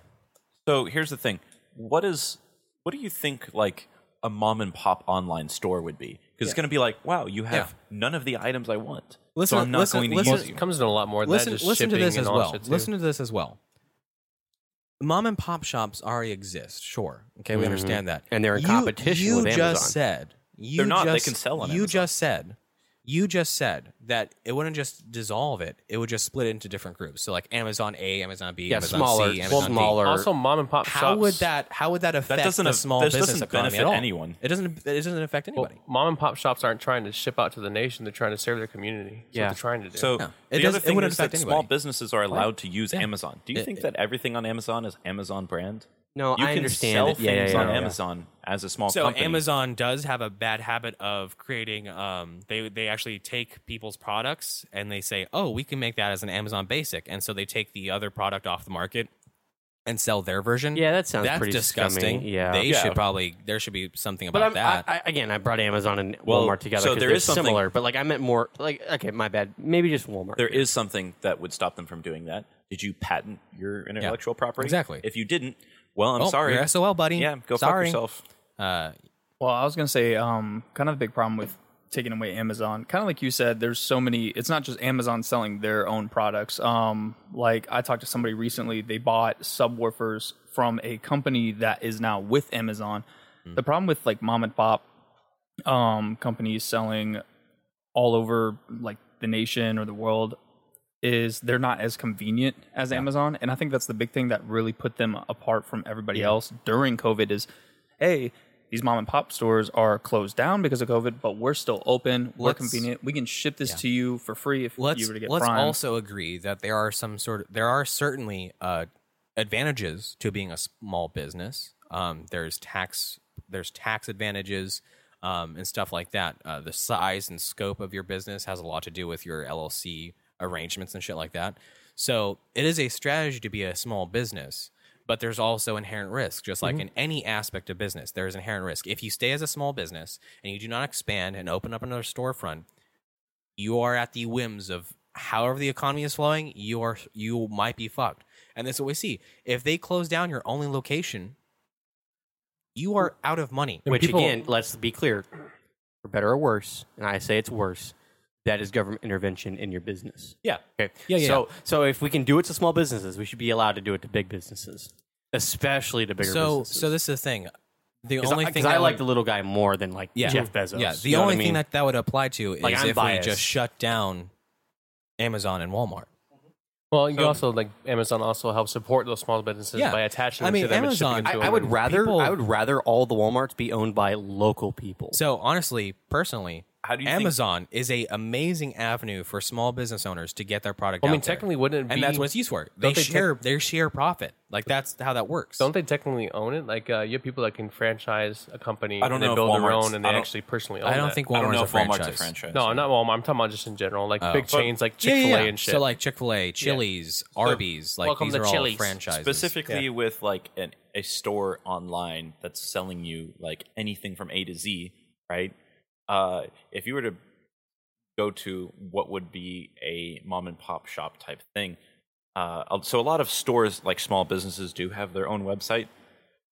C: so here's the thing: what is what do you think like a mom and pop online store would be? Because it's going to be like, wow, you have none of the items I want.
A: Listen-
C: so I'm not
A: listen-
C: going to
A: listen-
C: use you.
D: It comes in a lot more than
A: listen,
D: that. Just
A: listen to
D: shipping
A: this
D: and
A: as
D: all
A: well.
D: that shit, too.
A: Listen to this as well. Mom and pop shops already exist. Sure, okay, we understand that,
B: And they're in
A: You-
B: competition
A: You
B: with
A: just
B: Amazon.
A: said you
C: They're not. They
A: just-
C: can sell on
A: You
C: Amazon.
A: just said. You just said that it wouldn't just dissolve it; it would just split it into different groups. So, like Amazon A, Amazon B,
B: yeah,
A: Amazon
B: smaller,
A: C, Amazon D.
B: smaller.
D: Also, mom and pop
A: How
D: shops.
A: would that? How would that affect
C: doesn't
A: the
C: af-
A: small
C: this
A: business
C: doesn't
A: economy
C: benefit
A: at all?
C: anyone.
A: It doesn't. It doesn't affect anybody.
D: Mom and pop shops aren't trying to ship out to the nation. They're trying to serve their community. That's
B: Yeah.
D: what they're trying to do.
C: So
A: It
C: the
A: does-
C: other
A: it
C: thing
A: wouldn't
C: is that
A: affect
C: small
A: anybody.
C: businesman businesses are allowed to use Amazon. Do you
A: It-
C: think
A: it-
C: that everything on Amazon is Amazon brand?
B: No,
C: you
B: I
C: can
B: understand
C: sell
B: that-
C: things
B: yeah, yeah, yeah,
C: on
B: yeah.
C: Amazon as a small
A: so
C: company.
A: Amazon does have a bad habit of creating. Um, they they actually take people's products and they say, "Oh, we can make that as an Amazon Basic," and so they take the other product off the market and sell their version.
B: Yeah, that sounds
A: that's
B: pretty
A: disgusting.
B: scummy. Yeah.
A: they
C: Yeah.
A: should probably there should be something
B: But
A: about
B: I'm, I,
A: that.
B: I, again, I brought Amazon and
C: Well,
B: Walmart together
C: so
B: because
C: there
B: they're
C: is something-
B: similar. But like, I meant more like okay, my bad. Maybe just Walmart.
C: There is something that would stop them from doing that. Did you patent your intellectual property?
A: exactly.
C: If you didn't, well, I'm
A: Oh,
C: sorry.
A: you're SOL, buddy.
C: Yeah, go
A: Sorry.
C: fuck yourself.
A: uh,
E: Well, I was gonna say, um, kind of the big problem with taking away Amazon, kind of like you said, there's so many. It's not just Amazon selling their own products. Um, like I talked to somebody recently, they bought subwoofers from a company that is now with Amazon. The problem with like mom and pop um, companies selling all over like the nation or the world is they're not as convenient as Amazon. And I think that's the big thing that really put them apart from everybody else during COVID is hey, these mom and pop stores are closed down because of COVID, but we're still open. We're
A: Let's-
E: convenient. We can ship this to you for free if
A: let's
E: you were to get
A: let's
E: Prime.
A: also agree that there are some sort of there are certainly uh, advantages to being a small business. Um, there's tax there's tax advantages um, and stuff like that. Uh, the size and scope of your business has a lot to do with your LLC arrangements and shit like that. So it is a strategy to be a small business. But there's also inherent risk, just
E: Mm-hmm.
A: like in any aspect of business, there is inherent risk. If you stay as a small business and you do not expand and open up another storefront, you are at the whims of however the economy is flowing you are you might be fucked and that's what we see if they close down your only location you are out of money
D: And
B: Which
D: people-
B: again, let's be clear, for better or worse, and I say it's worse, that is government intervention in your business.
A: yeah
B: Okay.
A: Yeah, yeah,
B: So so if we can do it to small businesses, we should be allowed to do it to big businesses. Especially to bigger
A: so
B: businesses.
A: so this is the thing the
B: Because
A: only
B: I,
A: thing
B: 'cause I
A: that
B: like
A: would-
B: the little guy more than like
A: yeah,
B: Jeff Bezos.
A: yeah the
B: You know what
A: only
B: I
A: thing
B: mean?
A: that that would apply to is
B: Like, I'm
A: if
B: biased.
A: we just shut down amazon and walmart
D: Well, you also like Amazon also helps support those small businesses
A: Yeah.
D: by attaching
A: I
D: them
A: mean,
D: to them
A: Amazon-
D: and shipping them to
B: I, I
D: them.
B: would rather
A: people-
B: I would rather all the WalMarts be owned by local people.
A: so honestly personally
C: How do you think-
A: amazon is a amazing avenue for small business owners to get their product
D: I
A: out
D: mean,
A: there.
D: technically, wouldn't it be?
A: and that's what it's used for. They,
D: Don't they
A: share they share profit. Like that's how that works.
D: Don't they technically own it? Like uh, you have people that can franchise a company.
C: I don't
D: and they
C: know if
D: build their
C: Walmart's-
D: own, and they
C: I don't-
D: actually personally. own
A: I don't
D: that.
A: think
C: I don't
A: Walmart's
C: know
A: a
C: if Walmart's
A: franchise.
C: a franchise.
D: No, not Walmart. I'm talking about just in general, like big chains like Chick
A: Yeah, yeah,
D: Fil A
A: yeah.
D: and shit.
A: So like Chick Fil A, Chili's, Arby's, like
D: Welcome
A: these
D: to
A: are all
D: Chili's.
A: franchises.
C: specifically with like an, a store online that's selling you like anything from A to Z, right? Uh, if you were to go to what would be a mom and pop shop type thing, uh, so a lot of stores like small businesses do have their own website,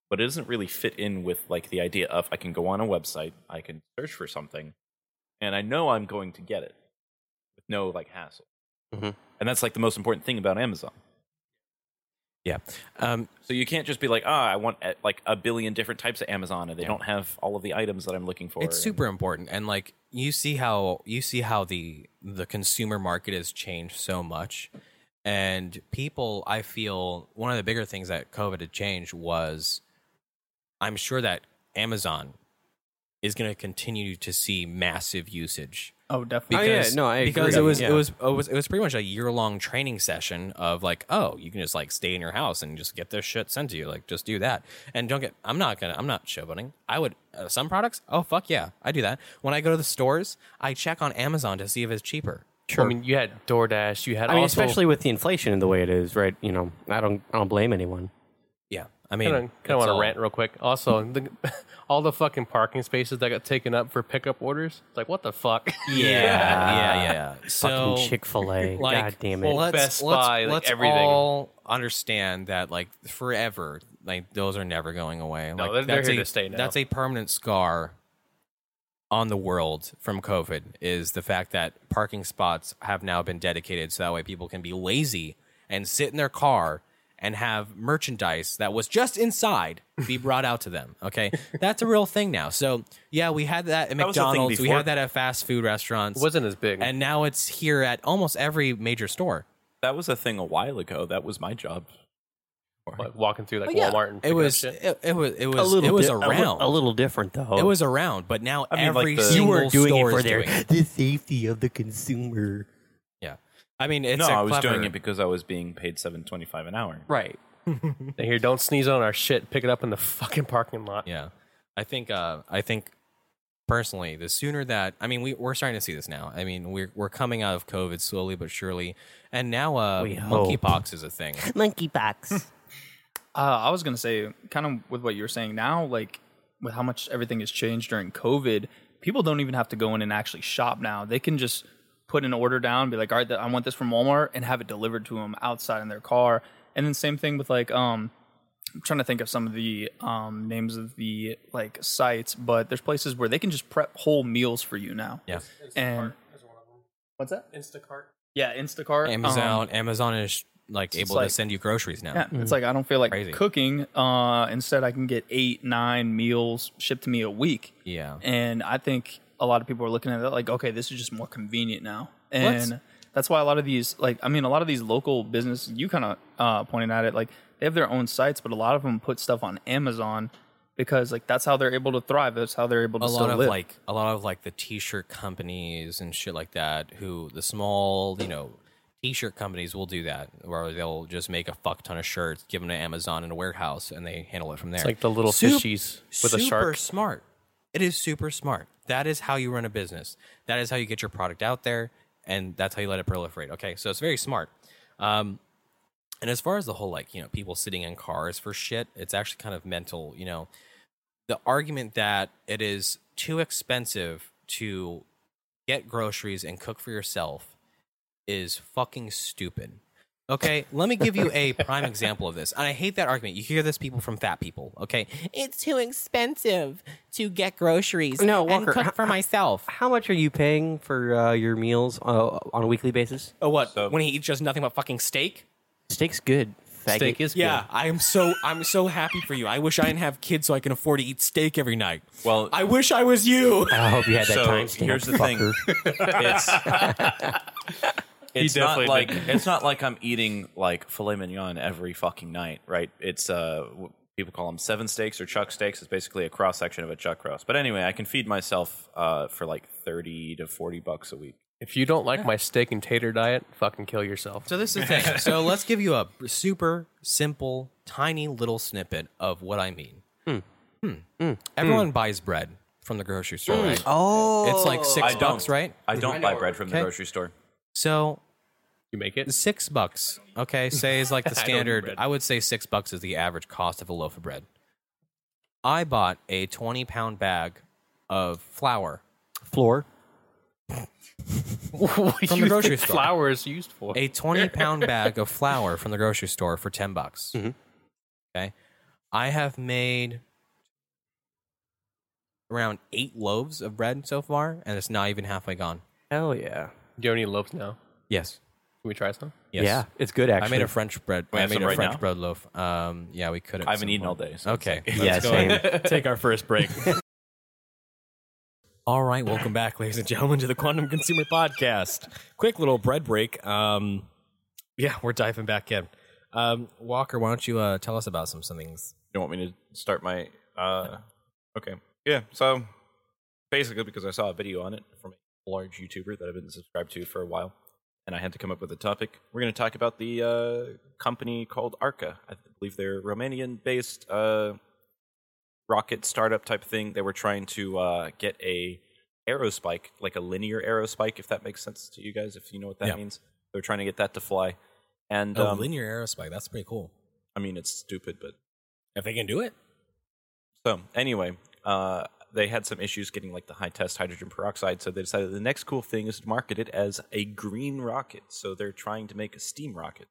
C: but it doesn't really fit in with like the idea of I can go on a website, I can search for something, and I know I'm going to get it with no like hassle.
B: Mhm.
C: And that's like the most important thing about Amazon.
A: yeah. Um,
C: So you can't just be like, ah, I want uh, like a billion different types of Amazon, and they don't have all of the items that I'm looking for.
A: it's super important, and like you see how you see how the the consumer market has changed so much, and people. I feel one of the bigger things that COVID had changed was, I'm sure that Amazon is going to continue to see massive usage
E: oh, definitely.
B: Oh, yeah, no, I
A: because
B: agree.
A: it was
B: Yeah.
A: it was it was it was pretty much a year long training session of like oh you can just like stay in your house and just get this shit sent to you like just do that and don't get I'm not gonna I'm not showboating I would uh, some products oh fuck yeah I do that when I go to the stores I check on Amazon to see if it's cheaper
D: I mean, you had DoorDash. You had
B: I mean,
D: also [laughs]
B: especially with the inflation and the way it is, right? You know, I don't I don't blame anyone.
A: yeah I mean
D: kind of
A: it's
D: want to
A: all-
D: rant real quick. Also, [laughs] the, all the fucking parking spaces that got taken up for pickup orders. It's like what the fuck? [laughs]
A: yeah yeah yeah, yeah. so
B: Fucking Chick Fil A.
A: [laughs] like
B: God damn it.
A: let's,
D: Best
A: let's,
D: Buy, like,
A: let's
D: everything.
A: all understand that like forever like those are never going away like
D: they're- they're
A: that's
D: here
A: a,
D: to stay now.
A: that's a permanent scar on the world from covid is the fact that parking spots have now been dedicated so that way people can be lazy and sit in their car and have merchandise that was just inside
D: [laughs]
A: be brought out to them. Okay, that's a real thing now. So yeah, we had that at
C: That was the thing
A: McDonald's. We
C: before.
A: had that at fast food restaurants.
D: It wasn't as big.
A: and now it's here at almost every major store.
C: That was a thing a while ago. That was my job.
D: like, walking through like
A: Yeah,
D: Walmart and
A: it
D: picking up
A: was
D: shit.
A: it, it was it was
B: a little
A: it was
B: di- a li-
A: around.
B: A, little different though.
A: it was around, but now
C: I mean, like
A: every
C: the-
A: single
C: You
A: store is doing
B: [laughs]
A: it.
B: the safety of the consumer.
A: Yeah, I mean, it's
C: no,
A: a
C: I was
A: clever-
C: doing it because I was being paid seven twenty five an hour.
B: Right.
D: They hear, don't sneeze on our shit. Pick it up in the fucking parking lot.
A: Yeah, I think uh, I think personally, the sooner that I mean, we we're starting to see this now. I mean, we're we're coming out of COVID slowly but surely, and now uh,
B: We hope.
A: monkeypox is a thing.
B: Monkeypox.
E: Uh, I was gonna say, kind of with what you were saying now, like with how much everything has changed during COVID, people don't even have to go in and actually shop now. They can just put an order down, be like, all right, th- I want this from Walmart, and have it delivered to them outside in their car. And then same thing with like, um, I'm trying to think of some of the um, names of the like sites, but there's places where they can just prep whole meals for you now.
A: Yeah.
E: And what's that?
D: Instacart.
E: Yeah, Instacart, um,
A: Amazon, Amazon is like able
E: like-
A: to send you groceries now.
E: yeah, it's like I don't feel like
A: Mm. Crazy.
E: cooking. Uh, instead, I can get eight, nine meals shipped to me a week,
A: Yeah.
E: and I think a lot of people are looking at that like, okay, this is just more convenient now, and that's why a lot of these, like, I mean, a lot of these local business, you kind of uh, pointed at it, like they have their own sites, but a lot of them put stuff on Amazon because like that's how they're able to thrive. That's how they're able to
A: a lot
E: still
A: of
E: live.
A: like a lot of like the t-shirt companies and shit like that who the small you know t-shirt companies will do that where they'll just make a fuck ton of shirts give them to amazon in a warehouse and they handle it from there
D: It's like the little
A: Sup-
D: fishies with a
A: super
D: shark.
A: smart it is super smart that is how you run a business that is how you get your product out there and that's how you let it proliferate okay so it's very smart um, and as far as the whole like you know people sitting in cars for shit it's actually kind of mental you know the argument that it is too expensive to get groceries and cook for yourself is fucking stupid. [laughs] Okay, let me give you a prime example of this. And I hate that argument. You hear this people from fat people, okay? It's too expensive to get groceries
B: No,
A: and
B: Walker,
A: cook for
B: I- I-
A: myself.
B: [laughs] How much are you paying for uh, your meals uh, on a weekly basis?
A: Oh what?
G: So-
A: when he eats just nothing but fucking steak?
B: Steak's good. Faggot.
D: Steak is
A: Yeah,
D: good.
A: I am so I'm so happy for you. I wish I didn't have kids so I can afford to eat steak every night.
G: Well-
A: I wish I was you.
B: I hope you had that
G: So,
B: time stamp,
G: here's the thing.
B: fucker.
G: It's, [laughs]
A: [laughs]
G: it's
D: definitely
G: not like
D: did.
G: it's not like I'm eating like filet mignon every fucking night, right? It's uh, w- people call them seven steaks or chuck steaks. It's basically a cross section of a chuck roast. But anyway, I can feed myself uh for like thirty to forty bucks a week.
D: If you don't like my steak and tater diet, fucking kill yourself.
A: So this is the thing. so let's give you a super simple, tiny little snippet of what I mean. Hmm. Everyone buys bread from the grocery store. Right? [laughs]
B: Hmm.
A: Oh, it's like six
G: I don't.
A: bucks, right?
G: I don't buy bread from the
A: Okay.
G: grocery store.
A: So
D: You make [laughs] it.
A: six bucks. Okay, say is like the
D: don't eat
A: standard.
D: bread.
A: I, would say six bucks is the average cost of a loaf of bread. I bought a twenty-pound bag of flour
B: [laughs] Floor.
D: what do
A: the
D: you
A: grocery
D: think
A: store.
D: flour is used for?
A: a 20 pound bag of flour from the grocery store for 10 bucks. Okay. I have made around eight loaves of bread so far, and it's not even halfway gone.
B: Hell yeah.
D: Do you have any loaves now?
A: Yes.
D: Can we try some?
A: Yes.
B: Yeah, it's good actually.
A: I made a French bread. I
G: have
A: made
G: some
A: a
G: right
A: French
G: now?
A: bread loaf. Um, yeah, we could. at
G: I haven't
A: some
G: eaten
A: point.
G: all day. So
A: Okay.
B: yeah, same.
A: [laughs]
D: Take our first break.
A: All right, welcome back, ladies and gentlemen, to the Quantum Consumer Podcast. Quick little bread break. Um, yeah, we're diving back in. Um, Walker, why don't you uh, tell us about some some things?
C: You want me to start my? Uh, okay. Yeah. So basically, because I saw a video on it from a large YouTuber that I've been subscribed to for a while, and I had to come up with a topic. We're going to talk about the uh, company called Arca. I believe they're Romanian-based uh, rocket startup type thing. They were trying to uh, get a aerospike, like a linear aerospike, if that makes sense to you guys, if you know what that
A: Yeah.
C: means. They're trying to get that to fly. And
A: Oh,
C: um,
A: linear aerospike. That's pretty cool.
C: I mean, it's stupid, but
A: If they can do it,
C: So anyway, uh, they had some issues getting like the high test hydrogen peroxide, so they decided the next cool thing is to market it as a green rocket. So they're trying to make a steam rocket.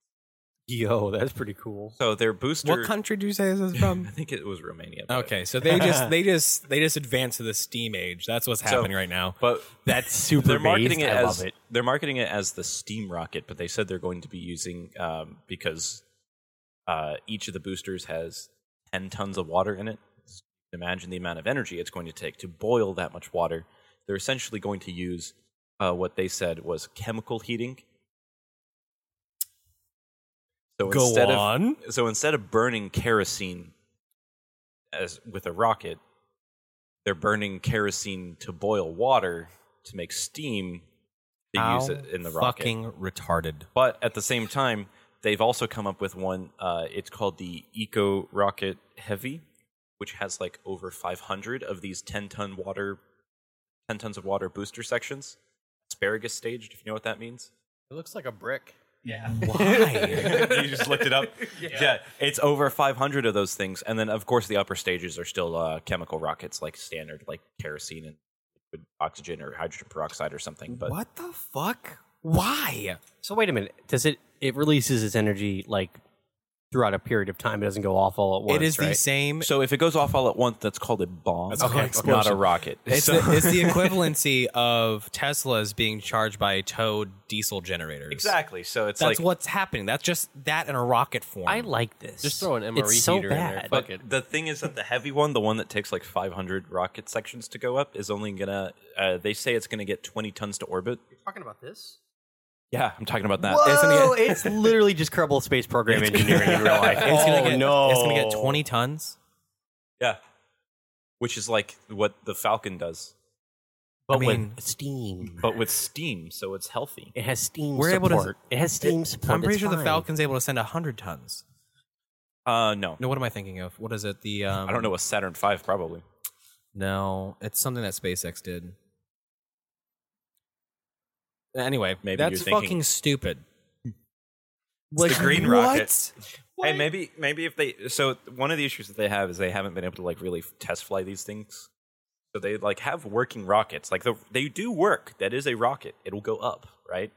B: Yo, that's pretty cool.
C: So their booster.
A: what country do you say this is
C: I
A: from?
C: think it was Romania.
A: [laughs]
C: but-
A: okay, so they [laughs] just they just they just advanced to the steam age. That's what's happening right now.
C: But
B: That's super.
C: they're marketing it
B: based. I
C: as
B: love it.
C: they're marketing it as the steam rocket, but they said they're going to be using um, because uh, each of the boosters has ten tons of water in it. Imagine the amount of energy it's going to take to boil that much water. They're essentially going to use uh, what they said was chemical heating. So
A: Go
C: instead
A: on.
C: of so instead of burning kerosene as with a rocket, they're burning kerosene to boil water to make steam to use it in the rocket.
A: fucking retarded.
C: But at the same time, they've also come up with one. Uh, it's called the Eco Rocket Heavy, which has like over 500 of these 10 ton water, 10 tons of water booster sections, asparagus staged, if you know what that means.
D: It looks like a brick.
E: Yeah.
A: Why?
C: [laughs] you just looked it up. Yeah. it's over 500 of those things, and then of course the upper stages are still uh, chemical rockets, like standard, like kerosene and liquid oxygen or hydrogen peroxide or something. But
A: what the fuck? Why?
B: So wait a minute. Does it? It releases its energy like throughout a period of time. It doesn't go off all at once.
A: it is the
B: right?
C: [laughs]
A: same.
C: so if it goes off all at once, that's called a bomb. That's
A: called an
C: not a
A: explosion.
C: rocket.
A: It's,
C: So-
A: the, it's the equivalency of Teslas being charged by tow diesel generators.
C: [laughs] exactly. So it's
A: That's
C: like
A: what's happening. That's just that in a rocket form.
B: I like this.
D: Just throw an MRE
B: It's so
D: heater in there.
B: bad.
D: Fuck it.
C: The thing is that the heavy one, the one that takes like 500 rocket sections to go up, is only gonna. Uh, they say it's gonna get 20 tons to orbit.
B: talking about this.
C: Yeah, I'm talking about that.
B: Whoa, it's literally just Kerbal Space Program Engineering in real life.
A: [laughs] It's gonna
B: oh,
A: get,
B: no.
A: It's gonna get twenty tons.
C: Yeah, which is like what the Falcon does,
A: I
B: But
A: mean,
B: with steam.
C: but with steam, so it's healthy.
B: It has steam
A: We're able
B: support.
A: to-
B: it has steam support.
A: I'm pretty
B: It's
A: sure the
B: fine.
A: Falcon's able to send hundred tons.
C: Uh, no,
A: No, what am I thinking of? What is it? The um,
C: I don't know a Saturn V probably.
A: No, it's something that SpaceX did. Anyway,
C: Maybe
A: that's
C: you're thinking-
A: fucking stupid.
C: It's the green
A: what?
C: rocket. Hey, maybe maybe if they so one of the issues that they have is they haven't been able to like really test fly these things. So they like have working rockets. Like the, they do work. That is a rocket. It'll go up, right?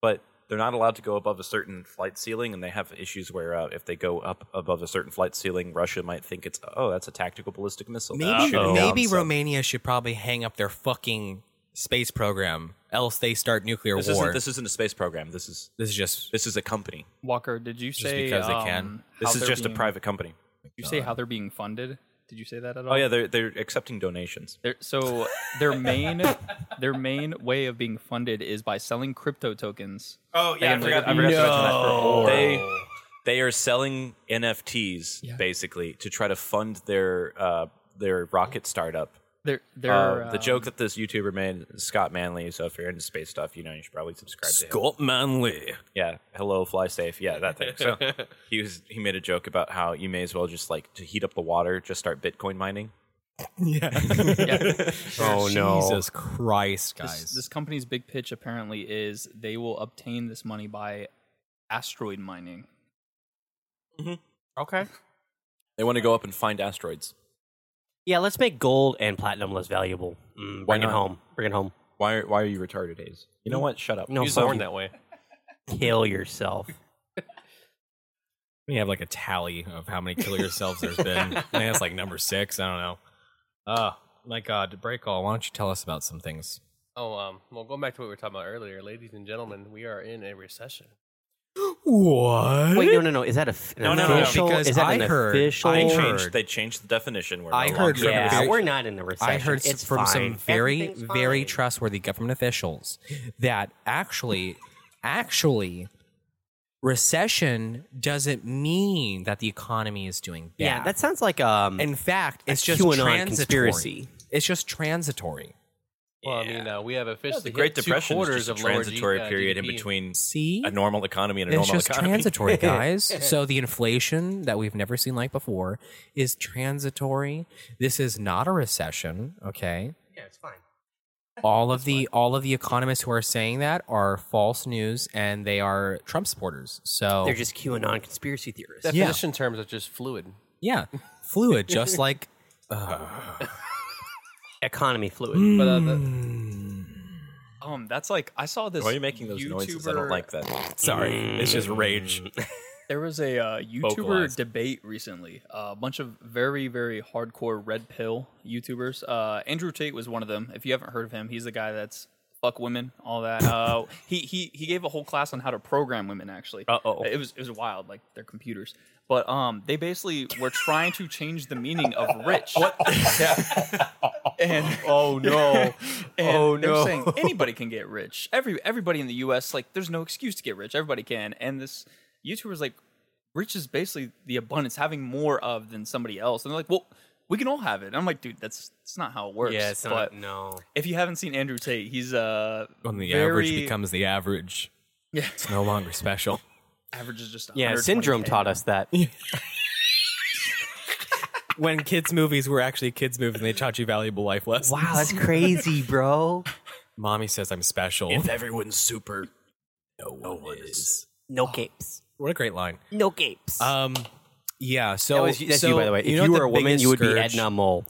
C: But they're not allowed to go above a certain flight ceiling, and they have issues where uh, if they go up above a certain flight ceiling, Russia might think it's oh that's a tactical ballistic missile.
A: Maybe
C: Shoot it down,
A: maybe
C: so-
A: Romania should probably hang up their fucking space program, else they start nuclear
C: This
A: war.
C: isn't this isn't a space program. This is
A: This is just
C: this is a company.
E: Walker, did you say
A: because they
E: um,
A: can.
E: how
C: This is
E: they're
C: just a
E: being-
C: private company.
E: Did you say how they're being funded? Did you say that at all?
C: Oh yeah, they're they're accepting donations.
E: Their- so their main their main way of being funded is by selling crypto tokens.
C: Oh
E: yeah, I forgot- I forgot to mention that Oh. for
C: no. They they are selling NFTs
E: Yeah.
C: basically to try to fund their uh, their rocket startup.
E: They're, they're,
C: Uh, the
E: um,
C: joke that this YouTuber made, Scott Manley. So if you're into space stuff, you know you should probably subscribe to him.
A: [laughs] Manley.
C: Yeah, hello, fly safe. Yeah, that thing.
E: [laughs]
C: So he was he made a joke about how you may as well just like to heat up the water, just start Bitcoin mining. [laughs]
E: yeah.
B: Oh no.
A: Jesus Christ, guys.
E: This, this company's big pitch apparently is they will obtain this money by asteroid mining.
B: Okay.
C: They want to go up and find asteroids.
B: Yeah, let's make gold and platinum less valuable. Mm, bring it
C: not?
B: home. Bring it home.
C: Why are Why are you retarded, Hayes? You
E: Mm.
C: know what? Shut up.
B: No,
D: He was
B: fuck
D: born
B: you.
D: that way.
B: kill yourself.
A: we have like a tally of how many kill yourselves there's been.
B: [laughs]
A: I think that's like number six. I don't know. Oh my God, break all. Why don't you tell us about some things?
D: Oh, um, well, going back to what we were talking about earlier, ladies and gentlemen, we are in a recession.
A: What?
B: [laughs] Wait, no, no, no. Is that a f- an
C: No, no, no,
B: official?
A: because
B: is that
A: I
B: an
A: heard-
B: official?
A: I
C: They
A: heard-
C: changed. They changed the definition. We're
A: I
C: no
A: heard-
C: longer-
A: Yeah.
B: yeah,
A: very-
B: we're not in a recession.
A: I heard s-
B: it's
A: from some
B: fine.
A: very,
B: Everything's
A: very
B: fine.
A: trustworthy government officials that actually, actually, recession doesn't mean that the economy is doing bad.
B: Yeah, that sounds like um.
A: in fact, it's
B: a
A: just
B: QAnon
A: transitory.
B: conspiracy.
A: It's just transitory.
D: Well, I mean, uh, we have officially
C: The Great
D: hit
C: Depression
D: two
C: is
D: quarters
C: just a
D: of lower
C: transitory
D: G- uh,
C: period in
D: GDP.
C: between
A: See,
C: a normal economy and a
A: it's
C: normal
A: just [laughs]
C: economy.
A: transitory, guys. so the inflation that we've never seen like before is transitory. This is not a recession, okay?
B: yeah, it's fine.
A: [laughs] all of the all of the economists who are saying that are false news and they are Trump supporters. So
B: They're just QAnon conspiracy theorists.
D: Definition terms are just fluid.
A: yeah, fluid, [laughs] just like
B: Economy fluid.
E: But, uh, the, um, that's like I saw this.
C: [laughs] Why are you making those noises? I don't
E: YouTuber-
C: like that.
A: sorry, it's just rage.
E: There was a uh, YouTuber
A: Vocalized.
E: debate recently. Uh, a bunch of very, very hardcore red pill YouTubers. Uh, Andrew Tate was one of them. If you haven't heard of him, he's the guy that's fuck women, all that. Uh, [laughs] he he he gave a whole class on how to program women. Actually,
B: Uh-oh.
E: it was it was wild, like their computers. But um, they basically were trying to change the meaning of rich. [laughs] And oh no, oh no! They're saying anybody can get rich. Every everybody in the U.S. like there's no excuse to get rich. Everybody can. And this YouTuber's like, rich is basically the abundance, having more of than somebody else. And they're like, well, we can all have it. And I'm like, dude, that's that's not how it
A: [laughs]
E: works.
B: Yeah, it's not.
E: but
B: No.
E: if you haven't seen Andrew Tate, he's uh
A: When the
E: very,
A: average becomes the average,
E: yeah,
A: it's no longer special.
E: average is just
B: Yeah, syndrome
E: 120K.
B: taught us [laughs] that.
A: [laughs] when kids movies were actually kids movies and they taught you valuable life lessons.
B: Wow, that's crazy, bro.
A: Mommy says I'm special.
C: If everyone's super, no one, is.
B: No capes.
A: What a great line.
B: No capes.
A: Um, yeah. So
B: that was, that's
A: oh, so
B: you, by the way. If
A: you,
B: you,
A: know what
B: were
A: the
B: a woman,
A: biggest
B: you would be
A: scourge- E-,
B: Edna Mole.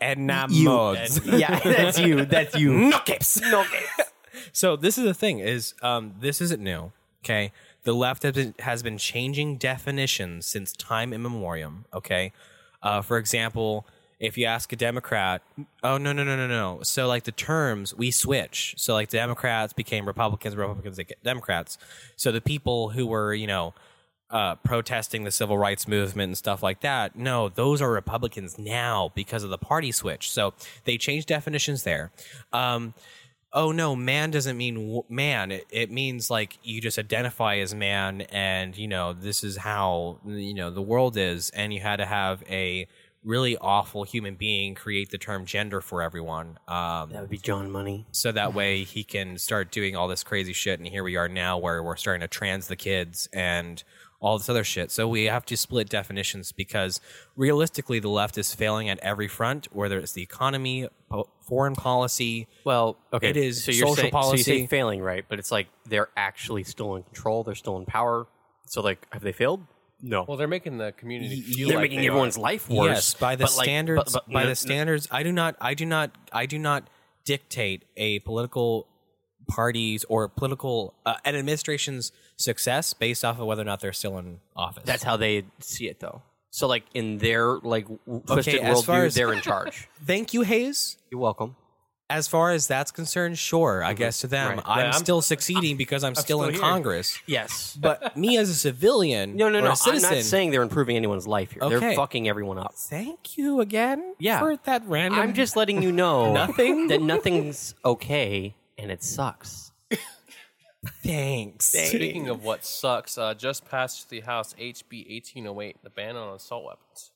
A: Edna
B: You-
A: Mods.
B: [laughs] yeah, that's you. That's you. No capes. No capes.
A: So this is the thing: is um, this isn't new? Okay, the left has been, has been changing definitions since time immemorium. Okay, uh, for example, if you ask a Democrat, oh no no no no no, so like the terms we switch. So like the Democrats became Republicans, Republicans became Democrats. So the people who were you know uh, protesting the civil rights movement and stuff like that. No, those are Republicans now because of the party switch. So they changed definitions there. Um, oh no, man doesn't mean w- man. It, it means like you just identify as man, and you know this is how you know the world is, and you had to have a really awful human being create the term gender for everyone. Um,
B: That would be John Money.
A: so that way he can start doing all this crazy shit and here we are now where we're starting to trans the kids and all this other shit so we have to split definitions because realistically the left is failing at every front whether it's the economy po- foreign policy
B: Well, okay.
A: It is
B: so you're
A: social
B: saying, So you
A: policy.
B: say failing, right? But it's like they're actually still in control. They're still in power. So like, have they failed? No.
D: Well, they're making the community. feel
B: they're
D: like
B: making
D: they
B: everyone's
D: Are.
B: life worse.
A: yes by the
B: but, like,
A: standards
B: but- but-
A: by
B: no,
A: the standards i do not i do not i do not dictate a political parties or political uh, an administration's success based off of whether or not they're still in office
B: That's how they see it, though. So like in their like w- twisted
A: as far
B: worldview,
A: as- [laughs]
B: they're in charge.
A: thank you hayes
B: You're welcome.
A: as far as that's concerned, sure, I guess to them,
B: Mm-hmm. Right.
A: I'm,
D: I'm-
A: still succeeding because I'm, still, in
B: [laughs]
A: Congress.
B: Yes.
A: But me as a civilian,
B: No, no,
A: or
B: no.
A: a citizen,
B: I'm not saying they're improving anyone's life here.
A: Okay.
B: They're fucking everyone up.
A: Thank you again,
B: Yeah.
A: for that random.
B: I'm just letting you know
A: [laughs] Nothing?
B: that nothing's okay and it sucks.
A: thanks.
D: Speaking of what sucks, uh, just passed the House HB 1808, the ban on assault weapons.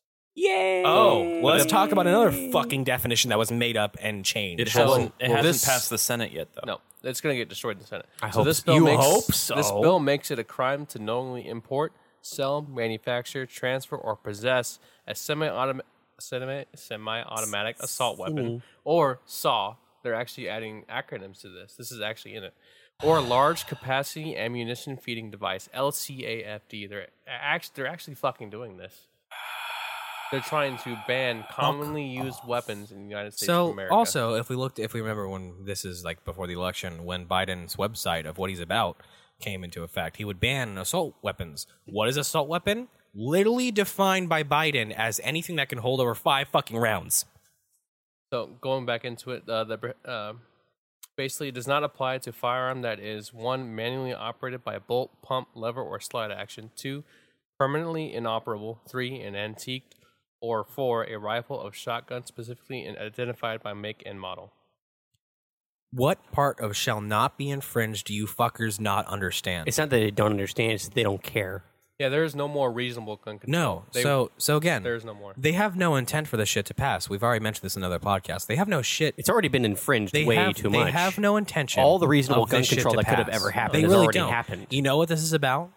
A: Oh, let's talk about another fucking definition that was made up and changed.
C: It hasn't, it
D: well,
C: hasn't
D: this-
C: passed the Senate yet, though.
D: No, it's going to get destroyed in the Senate. I
B: hope
D: this
B: so.
D: bill
B: You
D: makes,
B: hope so.
D: This bill makes it a crime to knowingly import, sell, manufacture, transfer, or possess a semi-automatic, semi-automatic assault weapon or SAW. They're actually adding acronyms to this. This is actually in it. Or large capacity ammunition feeding device (LCAFD). They're actually they're actually fucking doing this. They're trying to ban commonly used weapons in the United States of
A: So
D: America.
A: also, if we looked, if we remember when this is like before the election, when Biden's website of what he's about came into effect, he would ban assault weapons. What is assault weapon? Literally defined by Biden as anything that can hold over five fucking rounds.
D: So going back into it, uh, the br- uh, basically it does not apply to firearm that is one manually operated by bolt, pump, lever, or slide action. Two, permanently inoperable. Three, an antique. Or four, a rifle of shotgun specifically and identified by make and model.
A: What part of shall not be infringed do you fuckers not understand?
B: It's not that they don't understand; it's that they don't care.
D: Yeah, there is no more reasonable gun control.
A: no.
D: They-
A: so so again,
D: there is no more.
A: They have no intent for this shit to pass. We've already mentioned this in other podcasts. They have no shit.
B: It's already been infringed
A: they
B: way
A: have,
B: too
A: they
B: much.
A: have no intention.
B: All the reasonable
A: of this
B: gun
A: shit
B: control
A: to
B: that could have
A: pass.
B: ever happened
A: They
B: has
A: really
B: already
A: don't.
B: happened.
A: You know what this is about?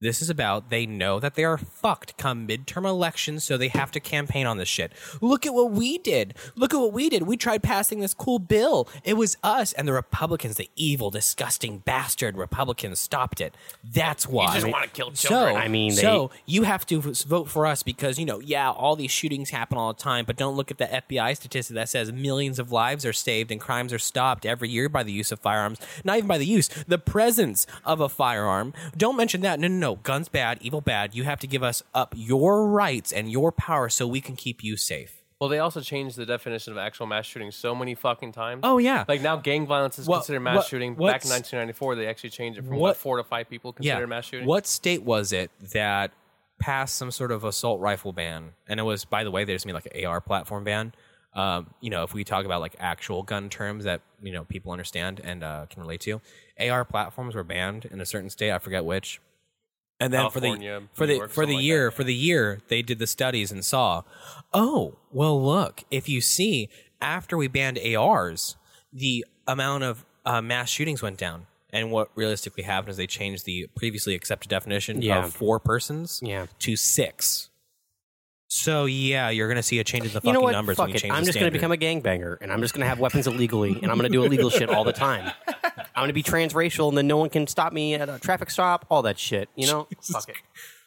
A: This is about they know that they are fucked come midterm elections, so they have to campaign on this shit. Look at what we did. Look at what we did. We tried passing this cool bill. It was us and the Republicans, the evil, disgusting bastard Republicans, stopped it. That's why.
B: just
A: I mean-
B: wanna kill children.
A: So,
B: I mean, they-
A: so you have to v- vote for us because you know, yeah, all these shootings happen all the time, but don't look at the FBI statistic that says millions of lives are saved and crimes are stopped every year by the use of firearms. Not even by the use, the presence of a firearm. Don't mention that. No, no, no. Guns bad, evil bad. You have to give us up your rights and your power so we can keep you safe.
D: Well, they also changed the definition of actual mass shooting so many fucking times.
A: Oh, yeah.
D: like now gang violence is
A: What-
D: considered mass
A: what-
D: shooting. Back
A: what's-
D: in 1994, they actually changed it from what,
A: What-
D: four to five people considered mass shooting.
A: What state was it that passed some sort of assault rifle ban? And it was, by the way, they just mean like an AR platform ban. Um, you know, if we talk about like actual gun terms that you know people understand and uh, can relate to, AR platforms were banned in a certain state. I forget which. And then for the
D: California,
A: for
D: New
A: the
D: York,
A: for the
D: something like
A: year
D: that,
A: for the year they did the studies and saw, oh well, look if you see after we banned ARs, the amount of uh, mass shootings went down. And what realistically happened is they changed the previously accepted definition
B: Yeah.
A: of four persons
B: Yeah.
A: to six. So yeah, you're gonna see a change in the
B: You
A: fucking
B: know what?
A: numbers
B: Fuck
A: when you
B: it.
A: change
B: I'm
A: the
B: just going to
A: standard.
B: become a gangbanger, and I'm just going to have weapons illegally, and I'm going to do illegal shit all the time. I'm going to be transracial and then no one can stop me at a traffic stop, all that shit,
A: [laughs]
B: you know? Fuck it.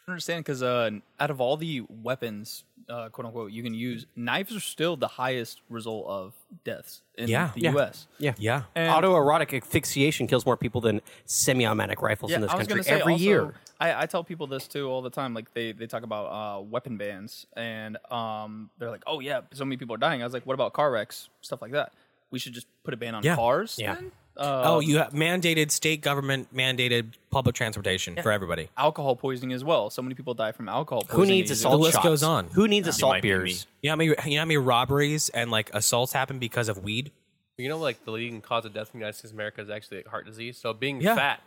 E: don't understand because uh, out of all the weapons, uh, quote unquote, you can use, knives are still the highest result of deaths in
A: Yeah.
E: the
A: Yeah.
E: U.S.
B: Yeah.
A: Yeah.
E: And-
B: Autoerotic asphyxiation kills more people than semi-automatic rifles in this
E: I was
B: country
E: gonna say,
B: every
E: also,
B: year.
E: I, I tell people this too all the time. Like they, they talk about uh, weapon bans, and um, they're like, "Oh yeah, so many people are dying." I was like, "What about car wrecks, stuff like that? We should just put a ban on
A: Yeah.
E: cars."
B: Yeah.
E: then?
A: oh, you have mandated state government mandated public transportation for everybody.
E: alcohol poisoning as well. So many people die from alcohol
B: Who
E: poisoning.
B: needs
E: Is it-
B: assault
A: The list
B: shots?
A: goes on.
B: Who needs assault
C: might be
B: beers?
A: You know how many, you know how many robberies and like assaults happen because of weed?
D: You know, like the leading cause of death in the United States of America is actually like heart disease. So being
A: Yeah.
D: fat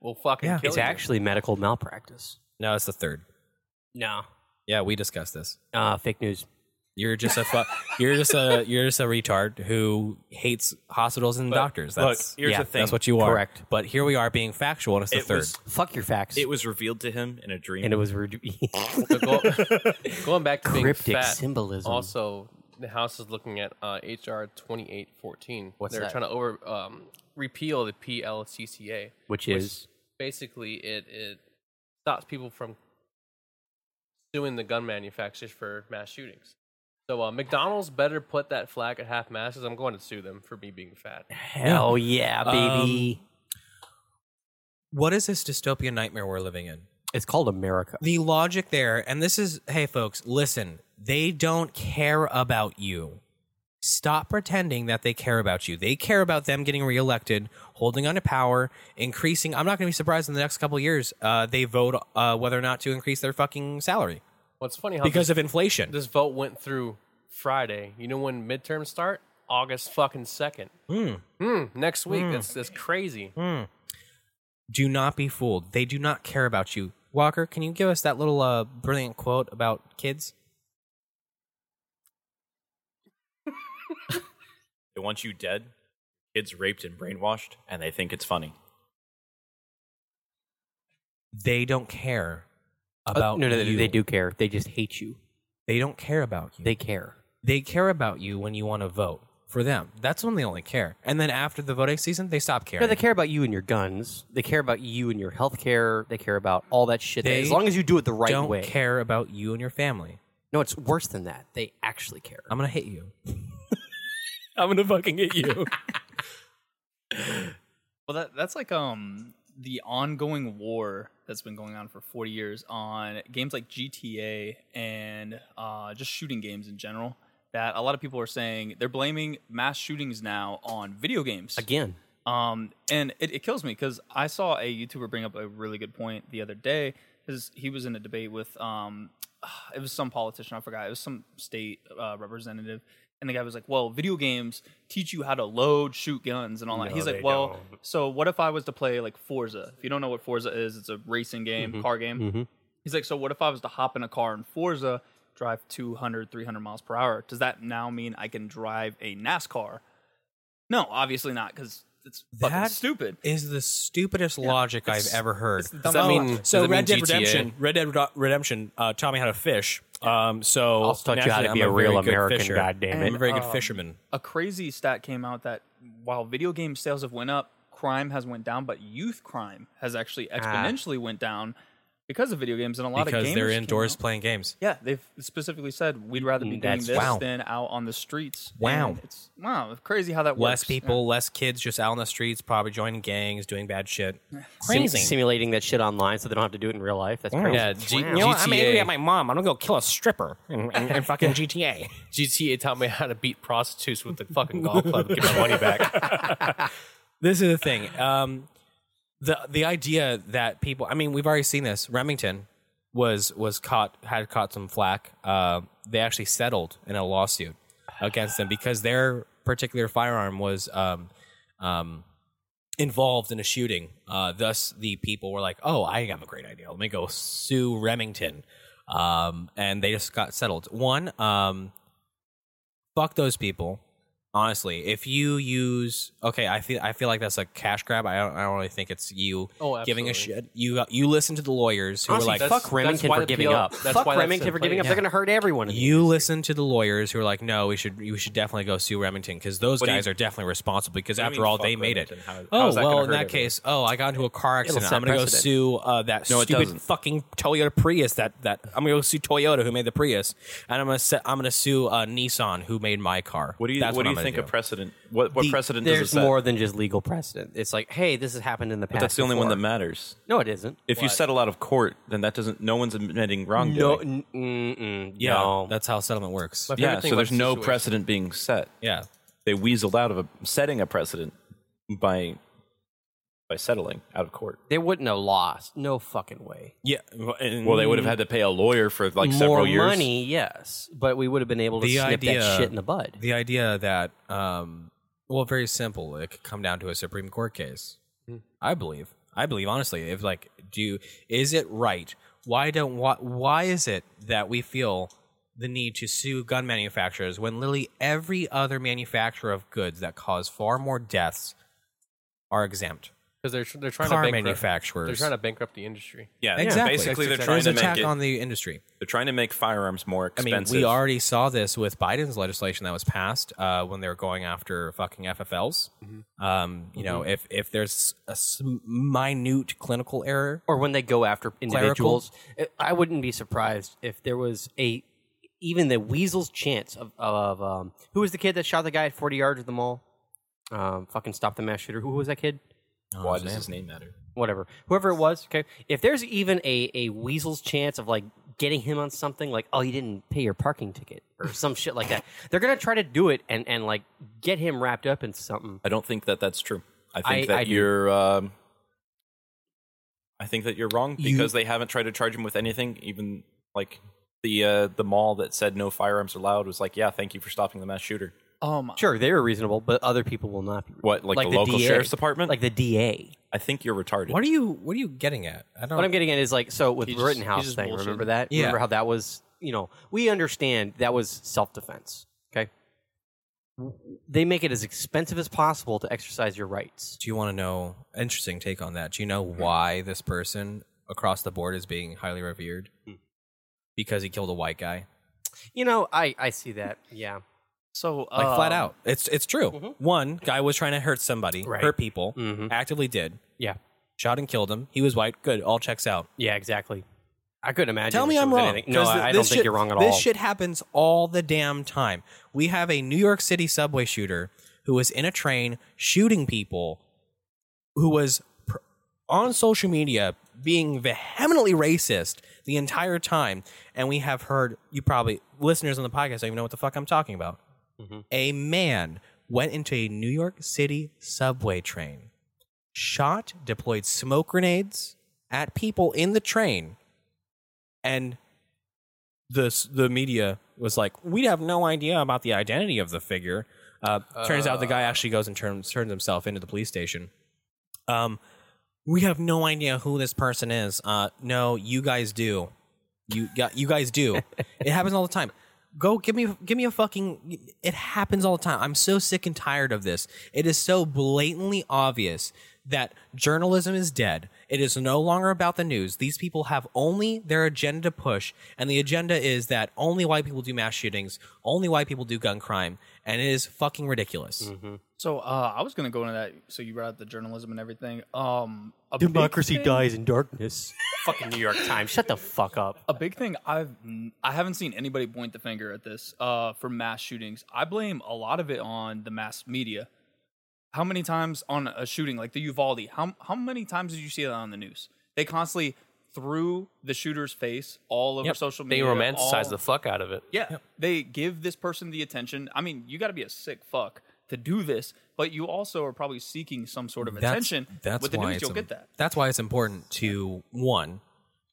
D: will fucking
A: Yeah.
D: kill
B: It's
D: you.
B: actually medical malpractice.
A: No, it's the third.
B: No.
A: Yeah, we discussed this.
B: Uh, fake news.
A: You're just a fu- you're just a you're just a retard who hates hospitals and doctors. That's
C: Look, here's
B: yeah,
C: the thing.
A: that's what you are.
B: Correct.
A: But here we are being factual, and it's the
C: It
A: third.
C: was-
B: Fuck your facts.
C: It was revealed to him in a dream.
B: and it was rude.
D: So go- going back to
B: Cryptic
D: being fat,
B: symbolism.
D: Also, the House is looking at uh, HR 2814.
B: What's
D: They're
B: that?
D: trying to over um, repeal the PLCCA.
B: [laughs] which is
D: Basically, it it stops people from suing the gun manufacturers for mass shootings. So uh, McDonald's better put that flag at half mast 'cause I'm going to sue them for me being fat.
B: hell yeah, Um, baby.
A: What is this dystopian nightmare we're living in?
B: it's called America.
A: The logic there, and this is, hey folks, listen. They don't care about you. Stop pretending that they care about you. They care about them getting reelected, holding on to power, increasing. I'm not going to be surprised in the next couple of years. Uh, they vote uh, whether or not to increase their fucking salary
D: What's funny how
A: because
D: this,
A: of inflation.
D: this vote went through Friday. You know when midterms start? August fucking second. Mm, next week. That's that's crazy.
A: do not be fooled. They do not care about you. Walker, can you give us that little uh, brilliant quote about kids?
C: They want you dead, kids raped and brainwashed, and they think it's funny.
A: They don't care
B: Uh,
A: about
B: no, no, they-
A: you.
B: they do care. They just hate you.
A: They don't care about you.
B: They care.
A: they care about you when you want to vote for them. That's when they only care. And then after the voting season, they stop caring.
B: No, they care about you and your guns. They care about you and your health care. They care about all that shit.
A: They
B: as long as you do it the right
A: don't
B: way.
A: care about you and your family.
B: No, it's worse than that. They actually care.
A: I'm gonna hit you. I'm gonna fucking hit you.
E: Well, that that's like um the ongoing war that's been going on for 40 years on games like GTA and uh, just shooting games in general. That a lot of people are saying they're blaming mass shootings now on video games.
B: Again,
E: Um, and it, it kills me because I saw a YouTuber bring up a really good point the other day because he was in a debate with um, [sighs] it was some politician I forgot it was some state uh, representative, and the guy was like, "Well, video games teach you how to load, shoot guns, and all that." He's like, "Well, so what if I was to play like Forza? If you don't know what Forza is, it's a racing game, car game." He's like, so what if I was to hop in a car in Forza, drive 200, 300 miles per hour? Does that now mean I can drive a NASCAR? No, obviously not, because it's fucking
A: That-
E: stupid.
A: Is the stupidest logic I've ever heard.
D: Does that mean
A: Oh, So
D: does that
A: Red Dead
D: mean GTA?
A: Redemption, Red Dead Redemption uh, taught me how to fish. Um, so
B: I'll taught you how to
A: naturally,
B: be
A: I'm
B: a real
A: very good
B: American,
A: fisher.
B: goddammit.
A: I'm a very good
E: Um,
A: fisherman.
E: A crazy stat came out that while video game sales have went up, crime has went down, but youth crime has actually exponentially went down because of video games and a lot of
A: Ah. Because
E: games.
A: they're
E: came
A: indoors
E: out.
A: playing games.
E: Yeah, they've specifically said we'd rather be doing
B: That's-
E: this
A: wow.
E: than out on the streets.
A: Wow.
E: And it's wow, crazy how that
A: Less
E: works.
A: people, less kids just out on the streets, probably joining gangs, doing bad shit.
B: sim- simulating that shit online so they don't have to do it in real life. That's crazy.
A: Yeah, G- you know what? I'm angry at my mom. I'm gonna go kill a stripper in, in, in fucking GTA.
D: GTA taught me how to beat prostitutes with the fucking golf club. Get my money back.
A: [laughs] This is the thing. Um, the the idea that people. I mean, we've already seen this. Remington was was caught had caught some flack. Uh, they actually settled in a lawsuit against them because their particular firearm was um, um, involved in a shooting. Uh, thus, the people were like, "Oh, I have a great idea. Let me go sue Remington." Um, and they just got settled. One, um, fuck those people. Honestly, if you use okay, I feel I feel like that's a cash grab. I don't I don't really think it's you
D: Oh,
A: giving a
D: absolutely.
A: shit. You you listen to the lawyers who
B: Honestly,
A: are like
B: fuck Remington
D: why
B: for
D: the
B: giving
D: PL
B: up.
D: that's
B: fuck
D: why that's
B: Remington
D: in
B: for giving up.
D: place.
B: They're going to hurt everyone. in the
A: you
B: industry.
A: listen to the lawyers who are like, no, we should we should definitely go sue Remington because those
F: do you-
A: guys are definitely responsible because
F: do you
A: after
F: mean,
A: all
F: fuck
A: they made it.
F: Remington? How- how
A: oh
F: is that gonna
A: well, in
F: hurt
A: that
F: everyone?
A: case, oh I got into a car accident.
B: set
A: I'm gonna
B: precedent.
A: go sue uh, that
C: No, it
A: stupid
C: doesn't.
A: fucking Toyota Prius. That that I'm gonna go sue Toyota who made the Prius, and I'm gonna set, I'm gonna sue uh, Nissan who made my car.
F: What do you
A: That's
F: What do
A: I'm
F: you
A: gonna
F: think a precedent? What what precedent does it
B: There's
F: set?
B: more than just legal precedent. It's like, hey, this has happened in the past.
F: That's the only one that
B: before.
F: matters.
B: No, it isn't.
F: If you settle out of court, then that doesn't. No one's admitting
B: No,
F: wrongdoing.
B: n- mm-mm,
A: Yeah,
B: no.
A: that's how settlement works.
D: My favorite
F: yeah,
D: thing
F: so
D: about
F: there's
D: the
F: no
D: situation-
F: precedent being set.
A: Yeah,
F: They weaseled out of a, setting a precedent by by settling out of court.
B: they wouldn't have lost. No fucking way.
A: yeah.
F: Well, they would have had to pay a lawyer for like
B: More
F: several years.
B: money, yes, but we would have been able to
A: The
B: snip
A: idea-
B: that shit in the bud.
A: the idea that um well very simple it could come down to a supreme court case i believe i believe honestly if like do you, is it right why don't why, why is it that we feel the need to sue gun manufacturers when literally every other manufacturer of goods that cause far more deaths are exempt
D: because they're tr- they're trying
A: Car
D: to bankrupt,
A: manufacturers.
D: They're trying to bankrupt the industry.
F: Yeah,
A: Exactly.
F: Basically, they're
D: That's
F: trying
A: There's
F: to
A: an
F: make
A: attack
F: it,
A: on the industry
F: they're trying to make firearms more
A: I mean,
F: expensive.
A: we already saw this with Biden's legislation that was passed uh, when they were going after fucking FFLs. Um, you know, if if there's a s- minute clinical error,
B: or when they go after individuals. I I wouldn't be surprised if there was a even the weasel's chance of, of um, who was the kid that shot the guy at forty yards at the mall? Um, fucking stop the mass shooter. Who was that kid?
F: Why does his name matter?
B: Whatever, whoever it was. Okay, if there's even a a weasel's chance of like getting him on something like oh you didn't pay your parking ticket or some shit like that, they're gonna try to do it and and like get him wrapped up in something.
F: I don't think that that's true. I think
B: I-
F: that
B: I do.
F: you're. Um, I think that you're wrong because they haven't tried to charge him with anything. Even like the uh, the mall that said no firearms allowed was like, yeah, thank you for stopping the mass shooter.
E: Oh my.
B: Sure, they are reasonable, but other people will not be.
F: What, like the local
B: DA.
F: sheriff's department?
B: like the DA.
F: I think you're retarded.
A: what are you what are you getting at? I don't.
B: What I'm getting at is like so with
E: He just-
B: Rittenhouse
E: he just
B: thing.
E: bullshitted.
B: Remember that?
A: Yeah.
B: Remember how that was? You know, we understand that was self defense. Okay. They make it as expensive as possible to exercise your rights.
A: do you want to know? Interesting take on that. Do you know why this person across the board is being highly revered? Because he killed a white guy,
B: You know, I I see that. Yeah.
E: So
A: like
E: uh,
A: flat out. It's it's true.
B: mm-hmm.
A: One guy was trying to hurt somebody,
B: Right.
A: hurt people,
B: Mhm.
A: actively did,
B: Yeah.
A: shot and killed him. He was white. Good, all checks out.
B: Yeah. Exactly. I couldn't imagine.
A: Tell me
B: this
A: I'm
B: was
A: wrong.
B: anything- No,
A: 'cause
B: I I
A: th-
B: don't
A: this
B: think
A: shit-
B: you're wrong at all.
A: This shit happens all the damn time. We have a New York City subway shooter who was in a train shooting people, who was pr- on social media being vehemently racist the entire time, and we have heard you probably listeners on the podcast don't even know what the fuck I'm talking about.
B: Mm-hmm.
A: A man went into a New York City subway train shot, deployed smoke grenades at people in the train, and the s- the media was like, "We have no idea about the identity of the figure." Uh, turns out the guy actually goes and turns turns himself into the police station. Um, we have no idea who this person is. Uh, no, you guys do. You got you guys do. it happens all the time. Go give me give me a fucking. It happens all the time. I'm so sick and tired of this. It is so blatantly obvious that journalism is dead. It is no longer about the news. These people have only their agenda to push, and the agenda is that only white people do mass shootings, only white people do gun crime, and it is fucking ridiculous.
E: So uh, I was gonna go into that. So you brought up the journalism and everything. Um, a big
B: [laughs] Democracy
E: thing-
B: dies in darkness. [laughs] Fucking New York Times. Uh, Shut the fuck up.
E: A big thing I've I haven't seen anybody point the finger at this uh, for mass shootings. I blame a lot of it on the mass media. How many times on a shooting like the Uvalde? How how many times did you see that on the news? They constantly threw the shooter's face all over
A: Yep.
E: social
D: They
E: media.
D: romanticize
E: all-
D: the fuck out of it.
E: Yeah, they give this person the attention. I mean, you got to be a sick fuck to do this, but you also are probably seeking some sort of attention. with the news,
A: it's
E: you'll
A: im-
E: get that.
A: That's why it's important to one.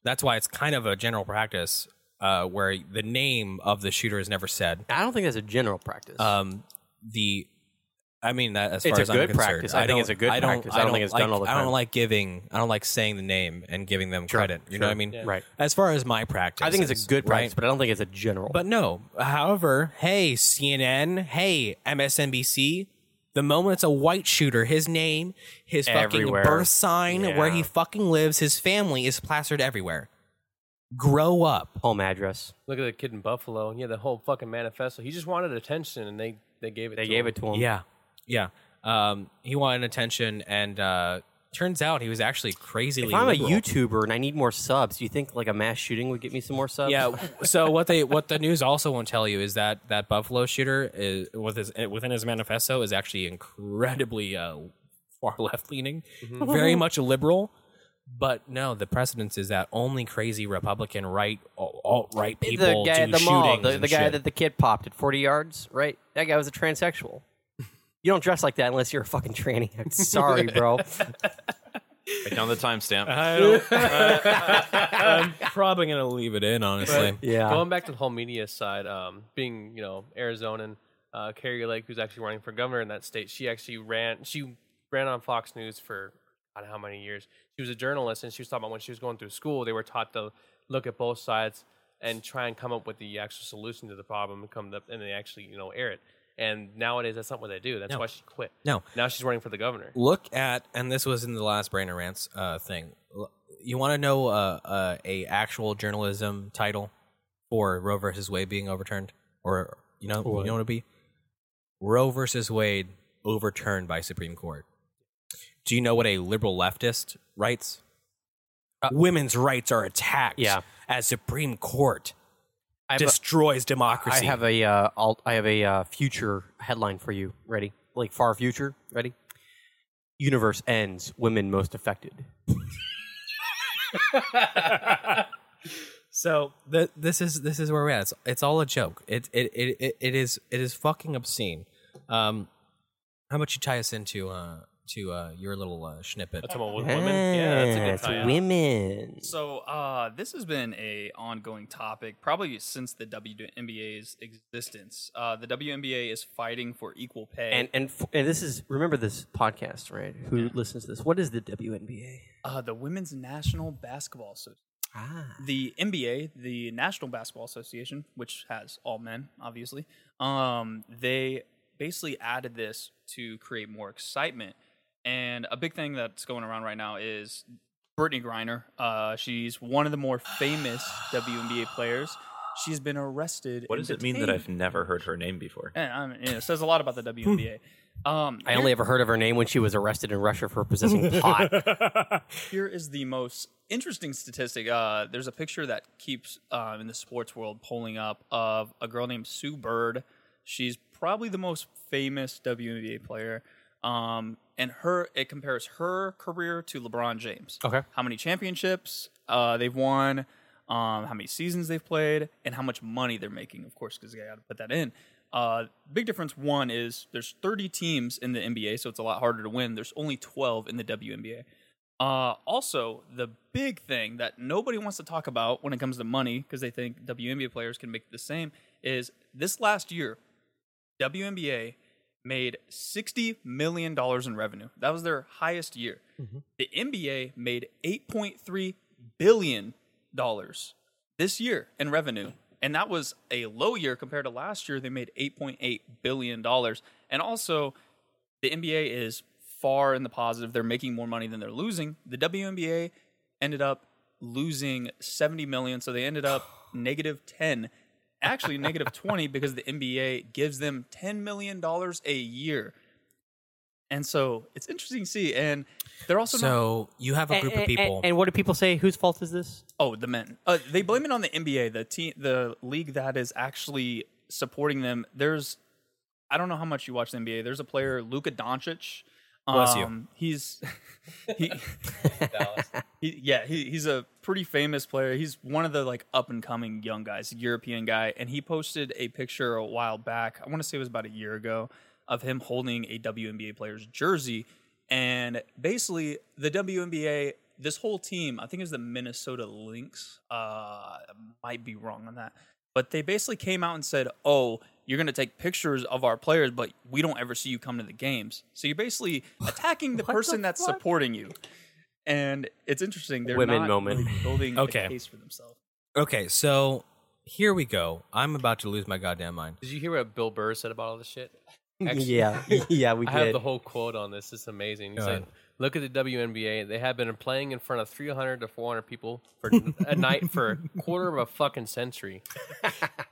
A: That's why it's kind of a general practice uh, where the name of the shooter is never said.
B: I don't think that's a general practice.
A: Um, the I mean that as
B: It's
A: far
B: a
A: as I'm
B: good
A: concerned.
B: practice. I think
A: don't-
B: it's a good
A: I don't,
B: practice.
A: I don't, think it's
B: done
A: like,
B: all the
A: I
B: time.
A: don't like giving. I don't like saying the name and giving them credit. You know what I mean?
D: Yeah.
B: Right.
A: As far as my practice,
B: I think it's
A: is,
B: a good practice,
A: right?
B: but I don't think it's a general.
A: But no. However, hey CNN, hey MSNBC. The moment it's a white shooter, his name, his
B: Everywhere.
A: fucking birth sign, where
B: Yeah.
A: he fucking lives, his family is plastered everywhere. Grow up.
B: home address,
D: Look at the kid in Buffalo. He had the whole fucking manifesto. He just wanted attention, and they they gave it.
B: they
D: to
B: gave
D: him.
B: it to him.
A: Yeah, yeah. Um, he wanted attention, and uh, turns out he was actually crazily.
B: If I'm a
A: liberal.
B: YouTuber and I need more subs, do you think like a mass shooting would get me some more subs? [laughs]
A: Yeah. So what they what the news also won't tell you is that that Buffalo shooter is with his within his manifesto is actually incredibly uh, far [laughs] left leaning,
B: Mm-hmm.
A: very much a liberal. But no, the precedence is that only crazy Republican right alt right people
B: the guy
A: do
B: at the
A: shootings.
B: mall, the,
A: and
B: the guy
A: shit.
B: that the kid popped at 40 yards, right? That guy was
A: [laughs]
B: a transsexual. you don't dress like that unless you're a fucking tranny. I'm sorry, bro.
F: Write down the timestamp.
B: Uh,
A: I don't,
B: [laughs]
A: I'm probably gonna leave it in honestly.
B: yeah.
D: Going back to the whole media side, um, being you know Arizonan, uh, Carrie Lake, who's actually running for governor in that state, she actually ran. She ran on Fox News for I don't know how many years. She was a journalist, and she was talking about when she was going through school, they were taught to look at both sides and try and come up with the actual solution to the problem, and come up and they actually you know air it. And nowadays, that's not what they do. That's why she quit.
A: No.
D: now she's running for the governor.
A: look at and this was in the last brainer rants uh, thing L- you want to know uh, uh, a actual journalism title for roe versus wade being overturned or you know you know what it'd be roe versus wade overturned by supreme court do you know what a liberal leftist writes women's rights are attacked
B: Yeah.
A: as supreme court
B: I have a-
A: destroys democracy
B: I have a uh, alt, I have a uh, future headline for you. Ready? Like far future. Ready? Universe ends. Women most affected.
A: So th- this is this is where we're at. It's, it's all a joke. It it, it it it is it is fucking obscene. Um, how much you tie us into uh to uh your little uh, snippet?
D: That's about with women. Yeah, that's a good
B: it's
D: tie-in.
B: women.
E: So uh, this has been a ongoing topic probably since the WNBA's existence. Uh, the WNBA is fighting for equal pay.
B: And and f- and this is remember this podcast right? Who listens to this? What is the WNBA?
E: uh, the Women's National Basketball Association.
B: Ah,
E: the NBA, the National Basketball Association, which has all men, obviously, um, they basically added this to create more excitement. And a big thing that's going around right now is Brittany Griner. Uh, she's one of the more famous WNBA players. She's been arrested.
F: What
E: and
F: does it mean that
E: detained.
F: I've never heard her name
B: Uh,
F: before?
E: And, I mean, it says a lot about the WNBA.
F: Hmm.
E: Um,
B: I only ever heard of her name when she was arrested in Russia for possessing [laughs] pot.
E: Here is the most interesting statistic. Uh, there's a picture that keeps uh, in the sports world pulling up of a girl named Sue Bird. She's probably the most famous WNBA player. Um, and her it compares her career to LeBron James.
B: Okay.
E: How many championships uh, they've won, um, how many seasons they've played, and how much money they're making, of course, because I got to put that in. Uh, big difference one is there's 30 teams in the NBA, so it's a lot harder to win. There's only 12 in the WNBA. Uh, also, the big thing that nobody wants to talk about when it comes to money, because they think WNBA players can make the same, is this last year, WNBA made $60 million in revenue. That was their highest year. The NBA made $8.3 billion this year in revenue. And that was a low year compared to last year. They made $8.8 billion. And also, the NBA is far in the positive. They're making more money than they're losing. The WNBA ended up losing 70 million, so they ended up negative 10. Actually, negative 20 because the NBA gives them 10 million dollars a year. And so it's interesting to see. And they're also not,
A: so you have a group of people.
B: And, what do people say? Whose fault is this?
E: oh the men. Uh, they blame it on the NBA, the team, the league that is actually supporting them. There's I don't know how much you watch the NBA. There's a player, Luka Doncic.
A: Bless you.
E: Um, He's [laughs] he, he yeah he, he's a pretty famous player. He's one of the like up and coming young guys, European guy, and he posted a picture a while back. I want to say it was about a year ago of him holding a WNBA player's jersey, and basically the WNBA. This whole team, I think it was the Minnesota Lynx. Uh, I might be wrong on that. But they basically came out and said, "Oh, you're going to take pictures of our players, but we don't ever see you come to the games." So you're basically attacking the person that's supporting you. And it's interesting. They're
B: Women
E: not
B: moment.
E: really building
A: Okay.
E: a case for themselves.
A: Okay, so here we go. I'm about to lose my goddamn mind.
D: Did you hear what Bill Burr said about all this shit?
B: [laughs] yeah, yeah, we
D: I have
B: did.
D: the whole quote on this. It's amazing. He's
A: God.
D: like, look at the WNBA. They have been playing in front of 300 to 400 people for a night for a quarter of a fucking century.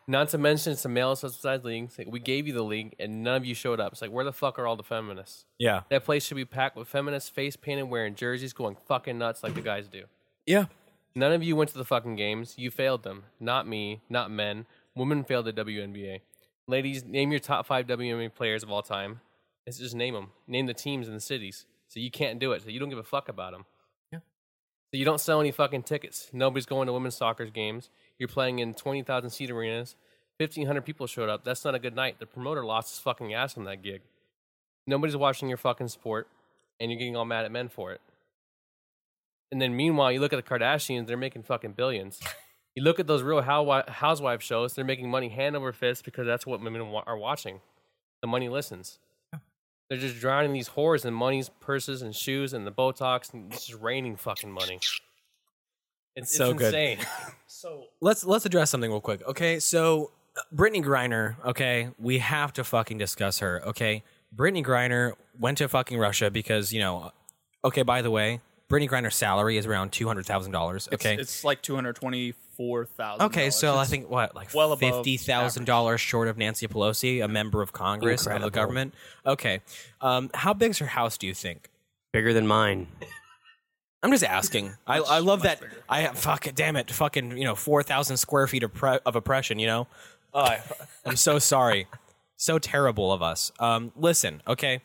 D: Not to mention some male subsidized leagues. Like, we gave you the league and none of you showed up. It's like, where the fuck are all the feminists?
A: Yeah.
D: That place should be packed with feminists, face painted, wearing jerseys, going fucking nuts like the guys do.
A: Yeah.
D: None of you went to the fucking games. You failed them. Not me. Not men. Women failed the WNBA. Ladies, name your top five WNBA players of all time. Let's just name them. Name the teams and the cities. So you can't do it. So you don't give a fuck about them. Yeah. So you don't sell any fucking tickets. Nobody's going to women's soccer games. You're playing in 20,000 seat arenas. 1,500 people showed up. That's not a good night. The promoter lost his fucking ass on that gig. Nobody's watching your fucking sport, and you're getting all mad at men for it. And then meanwhile, you look at the Kardashians, they're making fucking billions. You look at those real Howi- housewife shows, they're making money hand over fist because that's what women wa- are watching. The money listens. They're just drowning these whores in monies, purses, and shoes, and the Botox, and it's just raining fucking money. It's,
A: So
D: it's
A: good. [laughs]
D: insane.
A: Let's let's address something real quick. Okay, so uh, Brittany Griner, okay, we have to fucking discuss her. Okay. Brittany Griner went to fucking Russia because, you know, uh, okay, by the way, Brittany Griner's salary is around two hundred thousand dollars. Okay.
E: It's like two hundred twenty-four thousand.
A: Okay, so I think what like
E: well above
A: fifty thousand dollars short of Nancy Pelosi, a member of Congress and of the government. Okay, um, how big's her house? Do you think?
B: Bigger than mine.
A: I'm just asking. I, I love that. I fuck it, damn it, fucking you know four thousand square feet of, pre- of oppression. You know, Oh, I, I'm so sorry, so terrible of us. Um, listen, okay,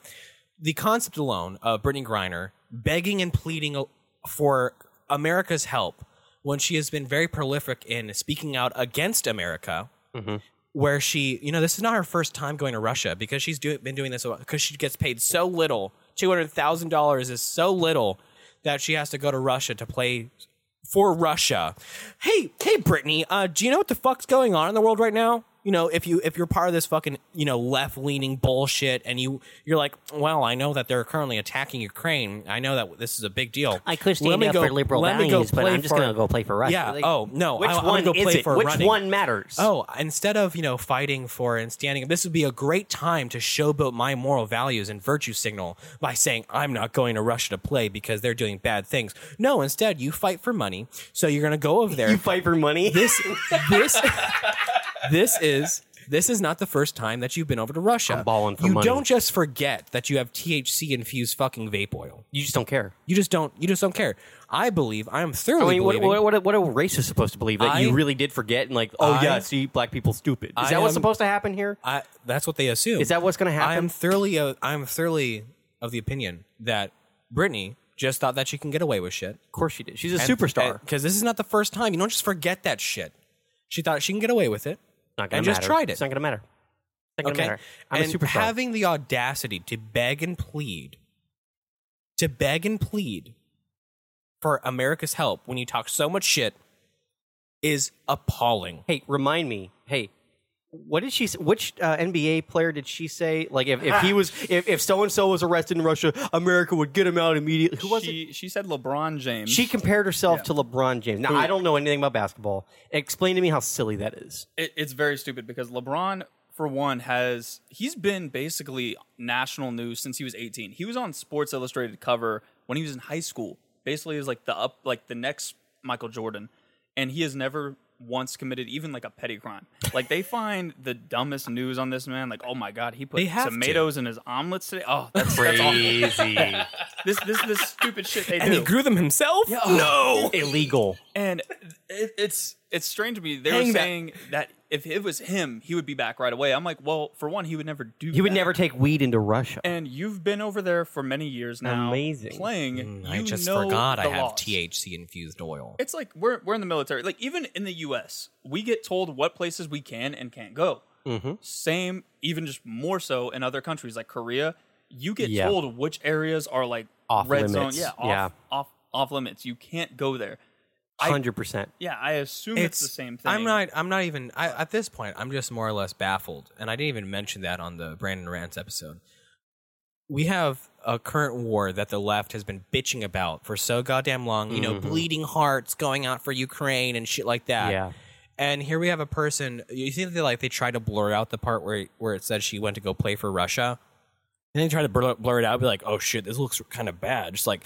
A: the concept alone of Brittany Griner begging and pleading o- for America's help when she has been very prolific in speaking out against America where she, you know, this is not her first time going to Russia because she's do, been doing this because she gets paid so little. Two hundred thousand dollars is so little that she has to go to Russia to play for Russia. Hey, hey, Brittany, uh, do you know what the fuck's going on in the world right now? You know, if you if you're part of this fucking you know left leaning bullshit, and you you're like, well, I know that they're currently attacking Ukraine. I know that this is a big deal.
H: I could stand
A: Let me
H: up
A: go-
H: for liberal
A: let me go
H: values, but
A: play
H: I'm just
A: for-
H: going to go play for Russia.
A: Yeah. oh no.
B: Which
A: I, I wanna
B: one
A: go
B: is
A: play
B: it?
A: For
B: Which
A: running.
B: one matters?
A: Oh, instead of, you know, fighting for and standing up, this would be a great time to showboat my moral values and virtue signal by saying, I'm not going to Russia to play because they're doing bad things. No, instead, you fight for money. So you're going to go over there.
B: you fight for money.
A: this, [laughs] this, this is. This is not the first time that you've been over to Russia.
B: I'm balling for
A: you
B: money.
A: don't just forget that you have THC infused fucking vape oil.
B: you just don't care.
A: You just don't. You just don't care. I believe I am
B: I
A: thoroughly.
B: mean, what,
A: believing-
B: what, what, what are racists supposed to believe that
A: I-
B: you really did forget and like, oh
A: I-
B: yeah, see, black people stupid. Is
A: I
B: that what's
A: am-
B: supposed to happen here?
A: I, that's what they assume.
B: Is that what's gonna happen?
A: I am thoroughly, uh, I am thoroughly of the opinion that Britney just thought that she can get away with shit.
B: Of course she did. She's a superstar.
A: because this is not the first time. You don't just forget that shit. She thought she can get away with it,
B: not gonna
A: and just
B: matter.
A: tried
B: It's
A: it.
B: not gonna matter. It's not gonna
A: Okay,
B: matter. I'm
A: and
B: a superstar.
A: having the audacity to beg and plead, to beg and plead for America's help when you talk so much shit is appalling.
B: hey, remind me. Hey, what did she? s- Which uh, NBA player did she say? Like, if, if he was, if if so and so was arrested in Russia, America would get him out immediately. Who was it?
E: she, she said LeBron James.
B: She compared herself to LeBron James. Now, I don't know anything about basketball. Explain to me how silly that is.
E: it, it's very stupid because LeBron, for one, has he's been basically national news since he was 18. He was on Sports Illustrated cover when he was in high school. Basically, he was like the up, like the next Michael Jordan, and he has never once committed even like a petty crime. Like they find the dumbest news on this man. Like, oh my god, he put
A: They have to.
E: tomatoes in his omelets today. Oh, that's crazy. [laughs] this this this stupid shit they
A: And
E: do.
A: he grew them himself.
B: [laughs]
A: No,
B: Illegal.
E: And it, it's it's strange to me. They
A: Hang
E: were
A: that-
E: saying that. if it was him, he would be back right away. I'm like, well, for one, he would never do.
B: You would
E: that.
B: never take weed into Russia.
E: And you've been over there for many years now,
B: Amazing.
E: playing.
A: Mm, I
E: You
A: just
E: know
A: forgot I
E: the
A: have
E: laws.
A: THC infused oil.
E: It's like we're we're in the military. Like even in the U.S., we get told what places we can and can't go. Same, even just more so in other countries like Korea. You get
B: Yeah.
E: told which areas are like
B: Off
E: red
B: limits.
E: zone. Yeah, off,
B: Yeah.
E: off off limits. You can't go there.
B: hundred percent.
E: Yeah, I assume it's, the same thing.
A: I'm not. I'm not even. I, at this point, I'm just more or less baffled, and I didn't even mention that on the Brandon Rants episode. We have a current war that the left has been bitching about for so goddamn long. You know, bleeding hearts going out for Ukraine and shit like that.
B: Yeah.
A: And here we have a person. You think they like they tried to blur out the part where where it said she went to go play for Russia, and they tried to blur, blur it out. Be like, oh shit, this looks kind of bad. Just like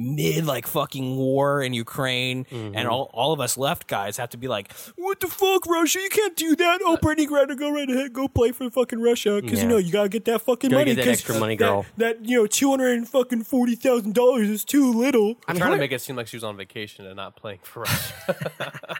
A: mid like fucking war in Ukraine,
B: Mm-hmm.
A: and all all of us left guys have to be like, what the fuck, Russia? You can't do that. Oh, Brittany Griner, go right ahead, go play for fucking Russia because you
B: Yeah.
A: know you gotta get that fucking
B: Gotta
A: money.
B: get that
A: 'cause
B: extra money, girl."
A: That, that you know, two hundred and fucking forty thousand dollars is too little.
D: I'm trying to make it seem like she was on vacation and not playing for us.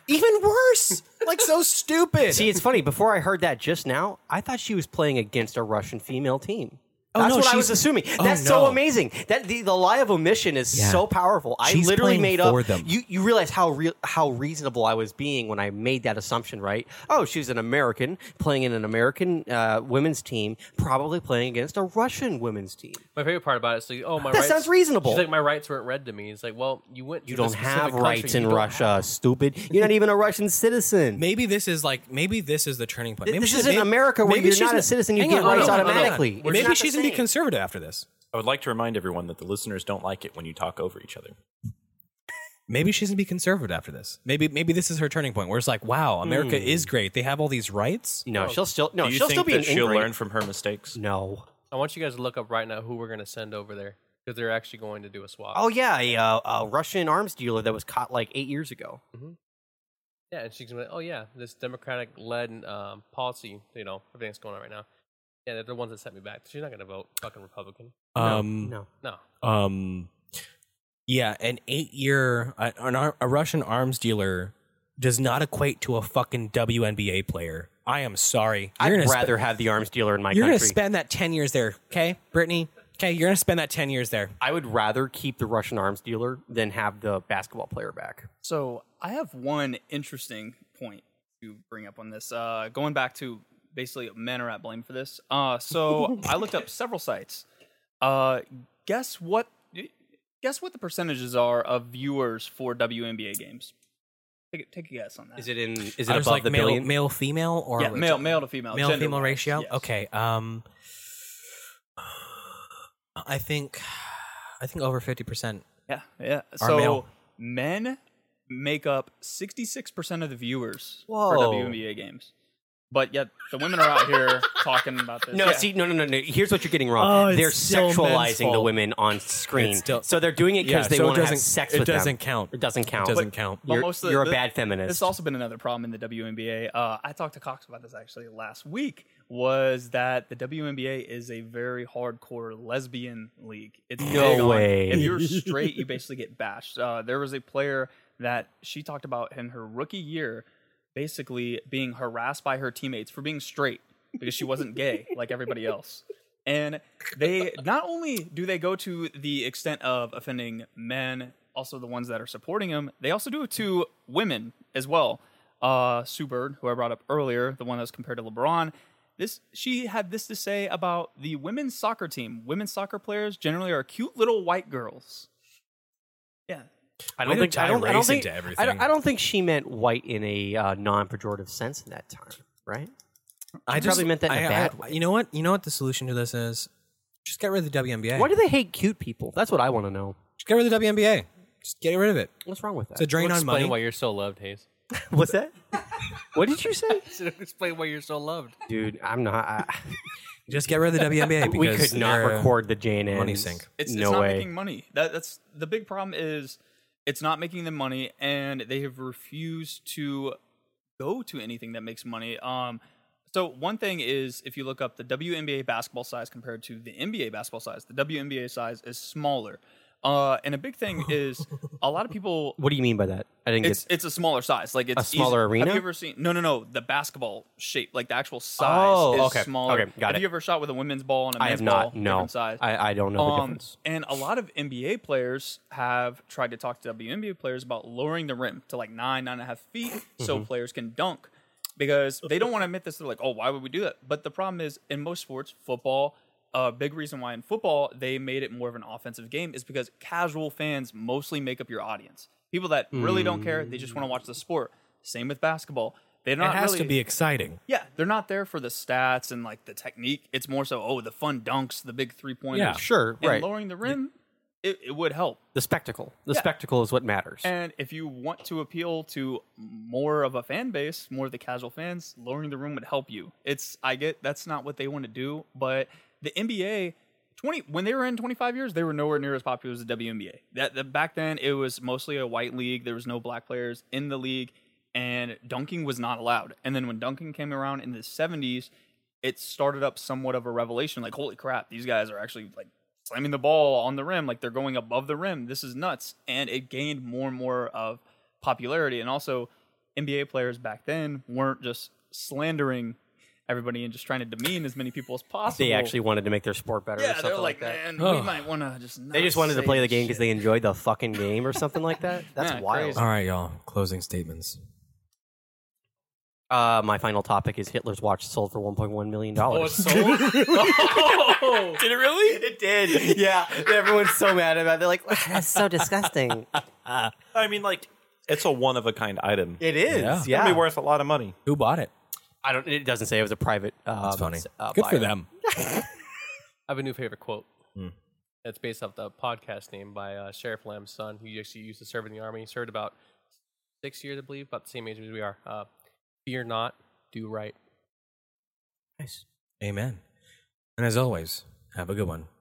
A: Even [laughs] worse, like so stupid.
B: See, it's funny. Before I heard that just now, I thought she was playing against a Russian female team.
A: Oh,
B: That's
A: no,
B: what I
A: she's-
B: was assuming.
A: Oh,
B: That's
A: no.
B: so amazing. That the, the lie of omission is
A: Yeah.
B: so powerful. I
A: She's
B: literally
A: playing
B: made
A: for
B: up.
A: them.
B: You you realize how real how reasonable I was being when I made that assumption, right? Oh, she's an American playing in an American uh, women's team, probably playing against a Russian women's team.
D: my favorite part about it is like, oh, my
B: That
D: rights.
B: sounds reasonable.
D: She's like, my rights weren't read to me. It's like, well, you went. To
B: You
D: this
B: don't have
D: specific country,
B: rights
D: you
B: in
D: don't
B: Russia,
D: have-
B: stupid. You're not even a Russian citizen.
A: Maybe this is like maybe this is the turning point.
B: Th-
A: Maybe
B: this
A: she's-
B: isn't
A: maybe-
B: America where
A: maybe
B: you're
A: she's
B: not a
A: n-
B: citizen, you
A: hang
B: get
A: on, hold
B: rights
A: on, hold on,
B: automatically.
A: hold on.
B: It's
A: Maybe
B: not the
A: she's gonna be
B: same.
A: conservative after this.
F: I would like to remind everyone that the listeners don't like it when you talk over each other.
A: Maybe she's gonna be conservative after this. Maybe maybe this is her turning point where it's like, wow, America
B: Hmm.
A: is great. They have all these rights.
B: No, she'll still no.
F: Do you
B: she'll
F: think
B: still be
F: that
B: an
F: she'll
B: ingrate.
F: learn from her mistakes?
B: No.
D: I want you guys to look up right now who we're going to send over there because they're actually going to do a swap.
B: Oh yeah, a, uh, a Russian arms dealer that was caught like eight years ago.
D: Yeah, and she's gonna be like, oh yeah, this Democratic led um, policy, you know, everything's going on right now. Yeah, they're the ones that sent me back. She's not gonna vote fucking Republican.
A: Um,
B: no,
D: No.
A: um, yeah, an eight year a, an, ar- a Russian arms dealer does not equate to a fucking WNBA player. I am sorry. You're
B: I'd
A: gonna spe-
B: rather have the arms dealer in my
A: you're gonna
B: country.
A: spend that ten years there, okay, Brittany? Okay, you're gonna spend that ten years there.
B: I would rather keep the Russian arms dealer than have the basketball player back.
E: So I have one interesting point to bring up on this. Uh, going back to basically men are at blame for this. Uh, so I looked up several sites. Uh, guess what? Guess what the percentages are of viewers for WNBA games? Take a, take a guess on that.
B: Is it in? Is it
A: I
B: above
A: was like
B: the
A: male,
B: billion?
A: male, female, or
E: yeah, male, male to female,
A: male
E: gender
A: female
E: wise,
A: ratio.
E: yes.
A: Okay. Um, I think I think over fifty percent.
E: Yeah, yeah.
A: Are
E: So
A: male.
E: men make up 66% of the viewers for
B: Whoa.
E: WNBA games. But yet the women are out here talking about this.
B: No,
E: Yeah.
B: see, no, no, no, no. Here's what you're getting wrong.
A: Oh, it's
B: they're
A: still men's
B: sexualizing the
A: fault.
B: women on screen,
A: It's still-
B: so they're doing it because
A: Yeah,
B: they
A: so it
B: want to have
A: doesn't-
B: sex
A: it
B: with them.
A: doesn't count.
B: It doesn't count.
A: It doesn't count.
E: But
B: You're-
E: most of
B: you're a
E: the-
B: bad feminist.
E: It's also been another problem in the WNBA. Uh, I talked to Cox about this actually last week. Was that the WNBA is a very hardcore lesbian league? It's
B: No
E: big on-
B: way.
E: if you're straight, you basically get bashed. Uh, there was a player that she talked about in her rookie year, basically being harassed by her teammates for being straight because she wasn't gay like everybody else. And they not only do they go to the extent of offending men, also the ones that are supporting him, they also do it to women as well. Uh, Sue Bird, who I brought up earlier, the one that was compared to LeBron, this she had this to say about the women's soccer team. Women's soccer players generally are cute little white girls. Yeah,
B: I
A: Way
B: don't
A: to
B: think.
A: tie
B: I don't, I don't
A: race
B: think.
A: into
B: I don't,
A: everything.
B: I don't think she meant white in a uh, non-pejorative sense in that time, right?
A: I
B: probably meant that in a
A: I-
B: bad
A: I-
B: way.
A: You know what? You know what the solution to this is? Just get rid of the WNBA.
B: Why do they hate cute people? That's what I want to know.
A: Just get rid of the WNBA. Just get rid of it.
B: What's wrong with that?
A: It's a drain
D: We'll
A: on money.
D: explain why you're so loved, Hayes.
A: [laughs]
B: What's that? what did you say,
D: [laughs] explain why you're so loved.
B: dude? I'm not. I,
A: Just get rid of the WNBA.
B: we
A: because
B: could not
A: they're-
B: record the Jane and
A: money sink.
E: it's,
B: no
E: it's not
B: way.
E: making money. That, that's the big problem is it's not making them money, and they have refused to go to anything that makes money. Um, so one thing is if you look up the WNBA basketball size compared to the NBA basketball size, the WNBA size is smaller. Uh, and a
B: [laughs]
E: big thing is a lot of people
B: what do you mean by that? I didn't
E: it's
B: get.
E: it's a smaller size. Like it's
B: A smaller
E: easy- Have
B: arena?
E: you ever seen? No, no, no. The basketball shape, like the actual size,
B: Oh,
E: is
B: okay.
E: smaller.
B: Okay, got
E: have
B: it.
E: you ever shot with a women's ball and a
B: I
E: men's
B: have
E: ball?
B: not. No,
E: different size. Um,
B: I, I don't know the difference.
E: And a lot of NBA players have tried to talk to WNBA players about lowering the rim to like nine, nine and a half feet
A: Mm-hmm.
E: so players can dunk because they don't want to admit this. They're like, oh, why would we do that? But the problem is in most sports, football, a big reason why in football they made it more of an offensive game is because casual fans mostly make up your audience. People that really don't care, they just want to watch the sport. Same with basketball. They're
A: It
E: not
A: has
E: really,
A: to be exciting.
E: Yeah, they're not there for the stats and like the technique. It's more so, oh, the fun dunks, the big three pointers.
A: Yeah.
B: Sure,
E: And
B: right.
E: lowering the rim, it, it would help.
B: the spectacle. The
E: Yeah.
B: spectacle is what matters.
E: And if you want to appeal to more of a fan base, more of the casual fans, lowering the room would help you. It's I get that's not what they want to do, but the NBA twenty when they were in twenty five years, they were nowhere near as popular as the WNBA. That, that back then it was mostly a white league. There was no black players in the league, and dunking was not allowed. And then when dunking came around in the seventies, it started up somewhat of a revelation. Like holy crap, these guys are actually like slamming the ball on the rim, like they're going above the rim. This is nuts. And it gained more and more of popularity. And also, NBA players back then weren't just slandering everybody and just trying to demean as many people as possible.
B: they actually wanted to make their sport better. or
E: yeah,
B: something
E: they're like,
B: that.
E: man, we
A: Ugh.
E: might want to just.
B: They just wanted to play the game because they enjoyed the fucking game or something like
E: [laughs]
B: that. That's
E: Yeah,
B: wild.
E: crazy.
A: All right, y'all. Closing statements.
B: Uh, my final topic is Hitler's watch sold for 1.1 million dollars.
C: [laughs] Did it really?
B: Oh. it did. Yeah, everyone's so mad about. it. They're like, that's so disgusting.
F: I mean, like, it's a one of a kind item.
B: It is.
A: Yeah.
B: Yeah,
F: It's gonna be worth a lot of money.
A: Who bought it?
B: I don't. It doesn't say it was a private. Um,
A: That's funny.
B: uh,
A: Good for
B: buyer.
A: them.
D: I have a new favorite quote. That's based off the podcast name by uh, Sheriff Lamb's son, who actually used to serve in the army. He served about six years, I believe, about the same age as we are. Uh, Fear not, do right.
A: Amen. And as always, have a good one.